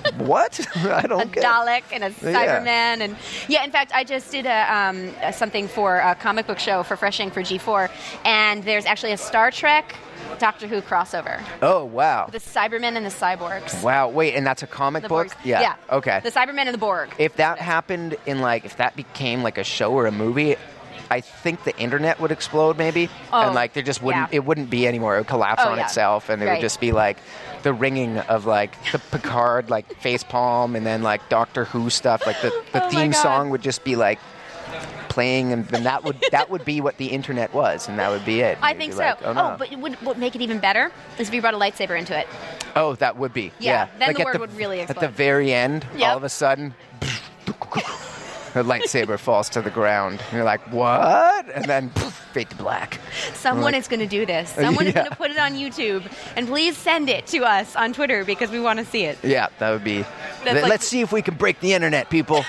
C: what? I
B: a
C: don't get it.
B: Dalek and a
C: Yeah.
B: Cyberman and yeah. In fact, I just did a um, uh, something for a comic book show for Freshing for G4, and there's actually a Star Trek Doctor Who crossover.
C: Oh wow!
B: The Cybermen and the Cyborgs.
C: wow, wait, and that's a comic
B: The
C: book.
B: Borgs.
C: Yeah. Okay.
B: The Cybermen and the Borg.
C: if that happened in like, if that became like a show or a movie, I think the internet would explode, maybe,
B: Oh,
C: and like there just wouldn't,
B: yeah.
C: it wouldn't be anymore. It would collapse
B: Oh,
C: on
B: yeah.
C: itself, and it
B: Right.
C: would just be like the ringing of like the Picard like face palm, and then like Doctor Who stuff. Like the, the
B: Oh, my
C: theme
B: God.
C: song would just be like playing, and then that would that would be what the internet was, and that would be it.
B: I
C: You'd
B: think
C: be
B: so.
C: like, oh, no.
B: but what would what make it even better is if you brought a lightsaber into it.
C: Oh, that would be.
B: Yeah,
C: Yeah.
B: then the
C: at
B: word would really
C: At
B: explode.
C: the very end,
B: Yep.
C: all of a sudden, her lightsaber falls to the ground. And you're like, what? And then fade to black.
B: Someone is going to do this. Someone is
C: Yeah.
B: going to put it on YouTube, and please send it to us on Twitter because we want to see it.
C: Yeah, that would be. Let-
B: like-
C: Let's see if we can break the internet, people.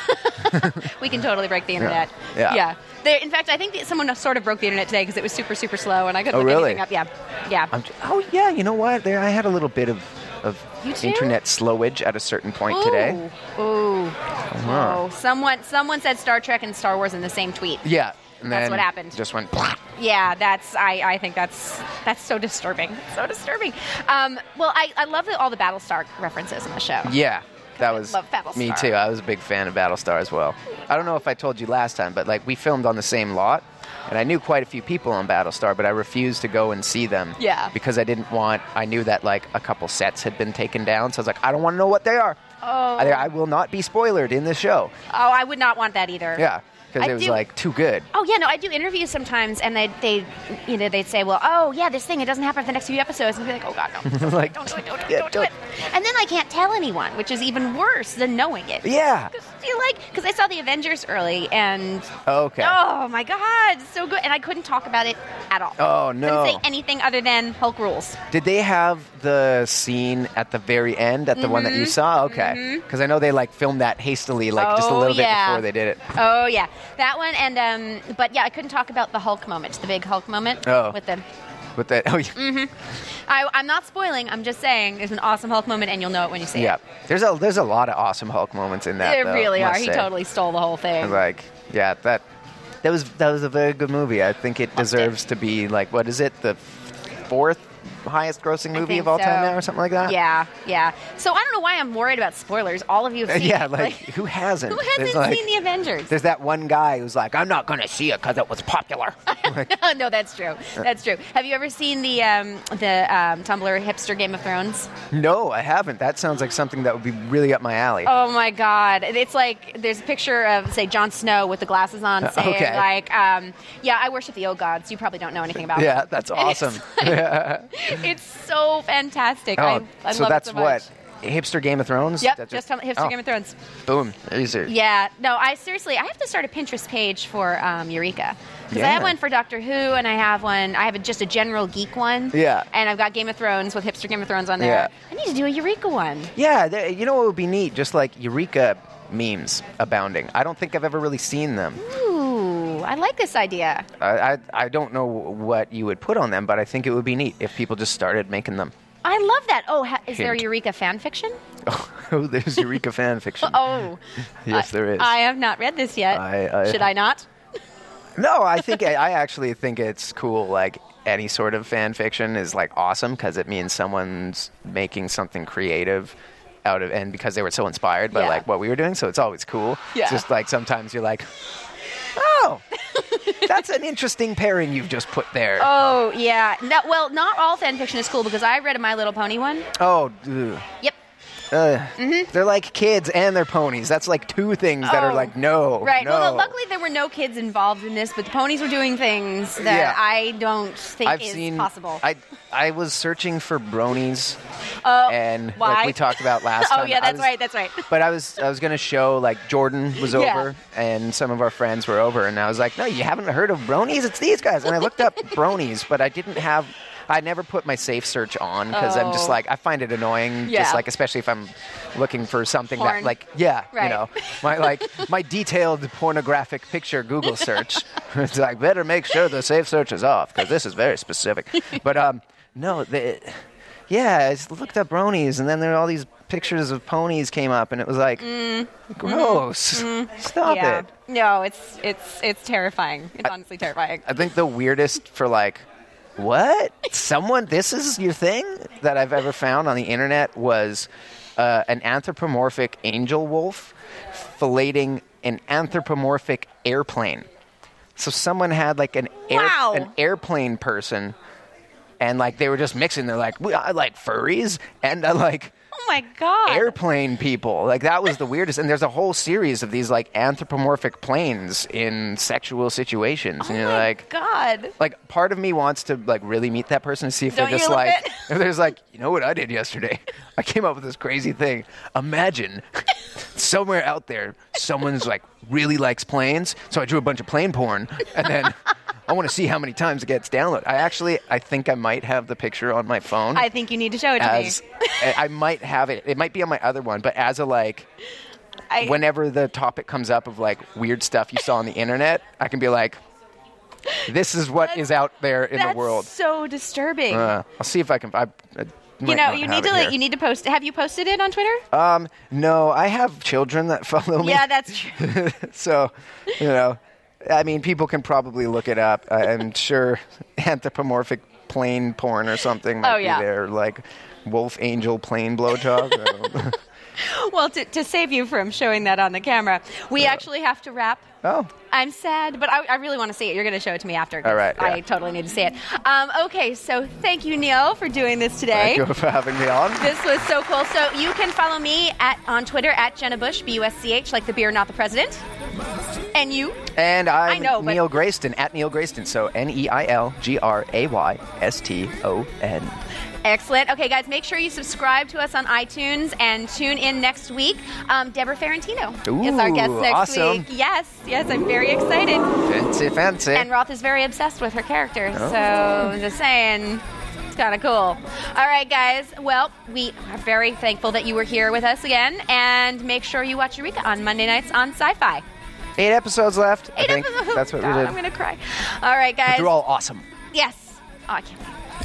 B: We can totally break the internet.
C: Yeah.
B: There, in fact, I think that someone sort of broke the internet today because it was super, super slow, and I couldn't
C: Oh,
B: look
C: really?
B: anything up. Yeah, yeah.
C: I'm j- oh, yeah, you know what? There, I had a little bit of, of
B: You too?
C: internet slowage at a certain point today.
B: Ooh. Ooh. Oh, someone, someone said Star Trek and Star Wars in the same tweet.
C: Yeah. And
B: That's
C: then
B: what happened.
C: Just went.
B: Yeah, that's I, I think that's that's so disturbing. So disturbing. Um, well, I, I love the, all the Battlestar references in the show.
C: Yeah, that
B: I
C: was
B: love Battlestar.
C: me too. I was a big fan of Battlestar as well. I don't know if I told you last time, but like we filmed on the same lot, And I knew quite a few people on Battlestar, but I refused to go and see them.
B: Yeah.
C: Because I didn't want, I knew that like a couple sets had been taken down. So I was like, I don't want to know what they are.
B: Oh.
C: I, I will not be spoilered in this show.
B: Oh, I would not want that either.
C: Yeah. Because
B: I
C: it was
B: do-
C: like too good.
B: Oh yeah, no, I do interviews sometimes, and they they you know they'd say, well, oh yeah, this thing it doesn't happen for the next few episodes, and I'd be like, oh god, no, don't,
C: Like,
B: don't do it, don't, do it,
C: yeah,
B: don't do it, and then I can't tell anyone, which is even worse than knowing it.
C: Yeah.
B: Cause you like, because I saw the Avengers early, and
C: Okay.
B: oh my god, it's so good, and I couldn't talk about it at all.
C: Oh, no.
B: couldn't say anything other than Hulk rules.
C: Did they have the scene at the very end at the one
B: Mm-hmm.
C: that you saw? Okay, because I know they like filmed that hastily, like just a
B: Oh,
C: little
B: yeah.
C: bit before they did it.
B: Oh yeah, that one, and um, but yeah, I couldn't talk about the Hulk moment, the big Hulk moment
C: Oh.
B: with them.
C: With that, oh yeah.
B: Mm-hmm. I, I'm not spoiling. I'm just saying there's an awesome Hulk moment, and you'll know it when you see
C: yeah,
B: it.
C: there's a there's a lot of awesome Hulk moments in that.
B: There
C: though,
B: really are.
C: must
B: He
C: say.
B: totally stole the whole thing.
C: like yeah that that was that was a very good movie. I think it deserves to be like what is it the fourth highest grossing
B: I
C: movie
B: think
C: of all time
B: so.
C: now or something like that?
B: Yeah, yeah. So I don't know why I'm worried about spoilers. All of you have seen
C: yeah.
B: it.
C: Like, who hasn't?
B: who
C: There's,
B: hasn't
C: like-
B: seen the Avengers?
C: There's that one guy who's like, I'm not gonna see it because it was popular.
B: no, that's true. That's true. Have you ever seen the um, the um, Tumblr hipster Game of Thrones?
C: No, I haven't. That sounds like something that would be really up my alley.
B: Oh my God! It's like there's a picture of say Jon Snow with the glasses on, saying
C: Uh, okay.
B: like, um, "Yeah, I worship the old gods. You probably don't know anything about
C: yeah,
B: them."
C: that's
B: And it's
C: awesome.
B: It's so fantastic. I,
C: oh,
B: I
C: so
B: love
C: that's
B: it so much.
C: what hipster Game of Thrones.
B: Yep,
C: That's
B: just tell hipster
C: oh,
B: Game of Thrones.
C: Boom, easy.
B: Yeah, no, I seriously, I have to start a Pinterest page for um, Eureka because I
C: Yeah.
B: have one for Doctor Who, and I have one, I have a, just a general geek one.
C: Yeah.
B: and I've got Game of Thrones with hipster Game of Thrones on there. I need to do a Eureka one.
C: Yeah, th- you know what would be neat? Just like Eureka memes abounding. I don't think I've ever really seen them.
B: Ooh, I like this idea.
C: I, I I don't know what you would put on them, but I think it would be neat if people just started making them.
B: I love that. Oh, ha- is there
C: Hint.
B: Eureka fan fiction?
C: Oh, there's Eureka fan fiction.
B: Oh,
C: yes, there is.
B: I have not read this yet.
C: I- I-
B: Should I not?
C: No, I think I, I actually think it's cool. Like any sort of fan fiction is like awesome because it means someone's making something creative out of and because they were so inspired by
B: Yeah.
C: like what we were doing, so it's always cool.
B: Yeah.
C: It's just like sometimes you're like, oh, that's an interesting pairing you've just put there.
B: Oh, yeah. No, well, not all fan fiction is cool because I read a My Little Pony one.
C: oh. dude.
B: Yep.
C: Uh, They're like kids and they're ponies. That's like two things that are
B: Oh.
C: like no,
B: Right.
C: No.
B: Well, luckily there were no kids involved in this, but the ponies were doing things that
C: Yeah.
B: I don't think
C: I've
B: is
C: seen
B: possible.
C: I I was searching for bronies
B: Oh,
C: and
B: why?
C: like we talked about last time.
B: oh yeah,
C: I
B: that's
C: was-
B: right. That's right.
C: But I was I was gonna show like Jordan was
B: Yeah.
C: over and some of our friends were over and I was like, no, you haven't heard of bronies? It's these guys. And I looked up bronies, but I didn't have. I never put my safe search on because I'm just
B: Oh.
C: like I find it annoying.
B: Yeah.
C: Just like especially if I'm looking for something
B: Porn.
C: that like yeah
B: Right.
C: you know my like my detailed pornographic picture Google search. it's like better make sure the safe search is off because this is very specific. But um no the. Yeah, I just looked up bronies, and then there were all these pictures of ponies came up, and it was like, gross. Stop
B: Mm. Mm-hmm. yeah.
C: it.
B: No, it's it's it's terrifying. It's honestly terrifying.
C: I think the weirdest for like, what? Someone, this is your thing that I've ever found on the internet was uh, an anthropomorphic angel wolf filleting an anthropomorphic airplane. So someone had like an air,
B: Wow.
C: an airplane person, and like they were just mixing. They're like, "We- I like furries, and I like
B: Oh my god.
C: airplane people. Like that was the weirdest. And there's a whole series of these like anthropomorphic planes in sexual situations.
B: oh
C: and you're
B: my
C: like
B: god.
C: like part of me wants to like really meet that person and see if
B: Don't you
C: they're just
B: love
C: like
B: it?
C: if there's like, you know what I did yesterday? I came up with this crazy thing. Imagine somewhere out there someone's like really likes planes, so I drew a bunch of plane porn and then I want to see how many times it gets downloaded. I actually I think I might have the picture on my phone
B: I think you need to show it to
C: as eh,
B: me.
C: I I might have it. It might be on my other one, but as a like,
B: I,
C: whenever the topic comes up of like weird stuff you saw on the internet, I can be like, "This is what is out there in
B: that's
C: the world."
B: so disturbing.
C: Uh, I'll see if I can. I, I
B: you know, you need to like, you need to post. Have you posted it on Twitter?
C: Um, no, I have children that follow me.
B: yeah, that's true.
C: so you know, I mean, people can probably look it up. I- I'm sure anthropomorphic plane porn or something might
B: Oh, yeah.
C: be there, like wolf angel plane blowjob. I don't know.
B: Well, to, to save you from showing that on the camera, we actually have to wrap.
C: Oh.
B: I'm sad, but I, I really want to see it. You're going to show it to me after. 'cause
C: All right, yeah.
B: I totally need to see it. Um, okay, so thank you, Neil, for doing this today.
C: Thank you for having me on.
B: This was so cool. So you can follow me at on Twitter at Jenna Bush B U S C H, like the beer, not the president. And you,
C: And I'm
B: I know, but-
C: Neil Grayston at Neil Grayston. So N E I L G R A Y S T O N.
B: excellent. Okay, guys, make sure you subscribe to us on iTunes and tune in next week. Um, Deborah Ferrantino is our guest
C: Ooh,
B: next
C: awesome.
B: week. Yes, yes, I'm very excited.
C: Fancy, fancy.
B: And Roth is very obsessed with her character,
C: Oh.
B: so just saying. It's kind of cool. All right, guys. Well, we are very thankful that you were here with us again, and make sure you watch Eureka on Monday nights on Sci-Fi.
C: Eight episodes left. I
B: Eight
C: think
B: episodes.
C: that's what we
B: God,
C: did.
B: I'm gonna cry. All right, guys.
C: They're all awesome.
B: yes. Oh, I can't wait. All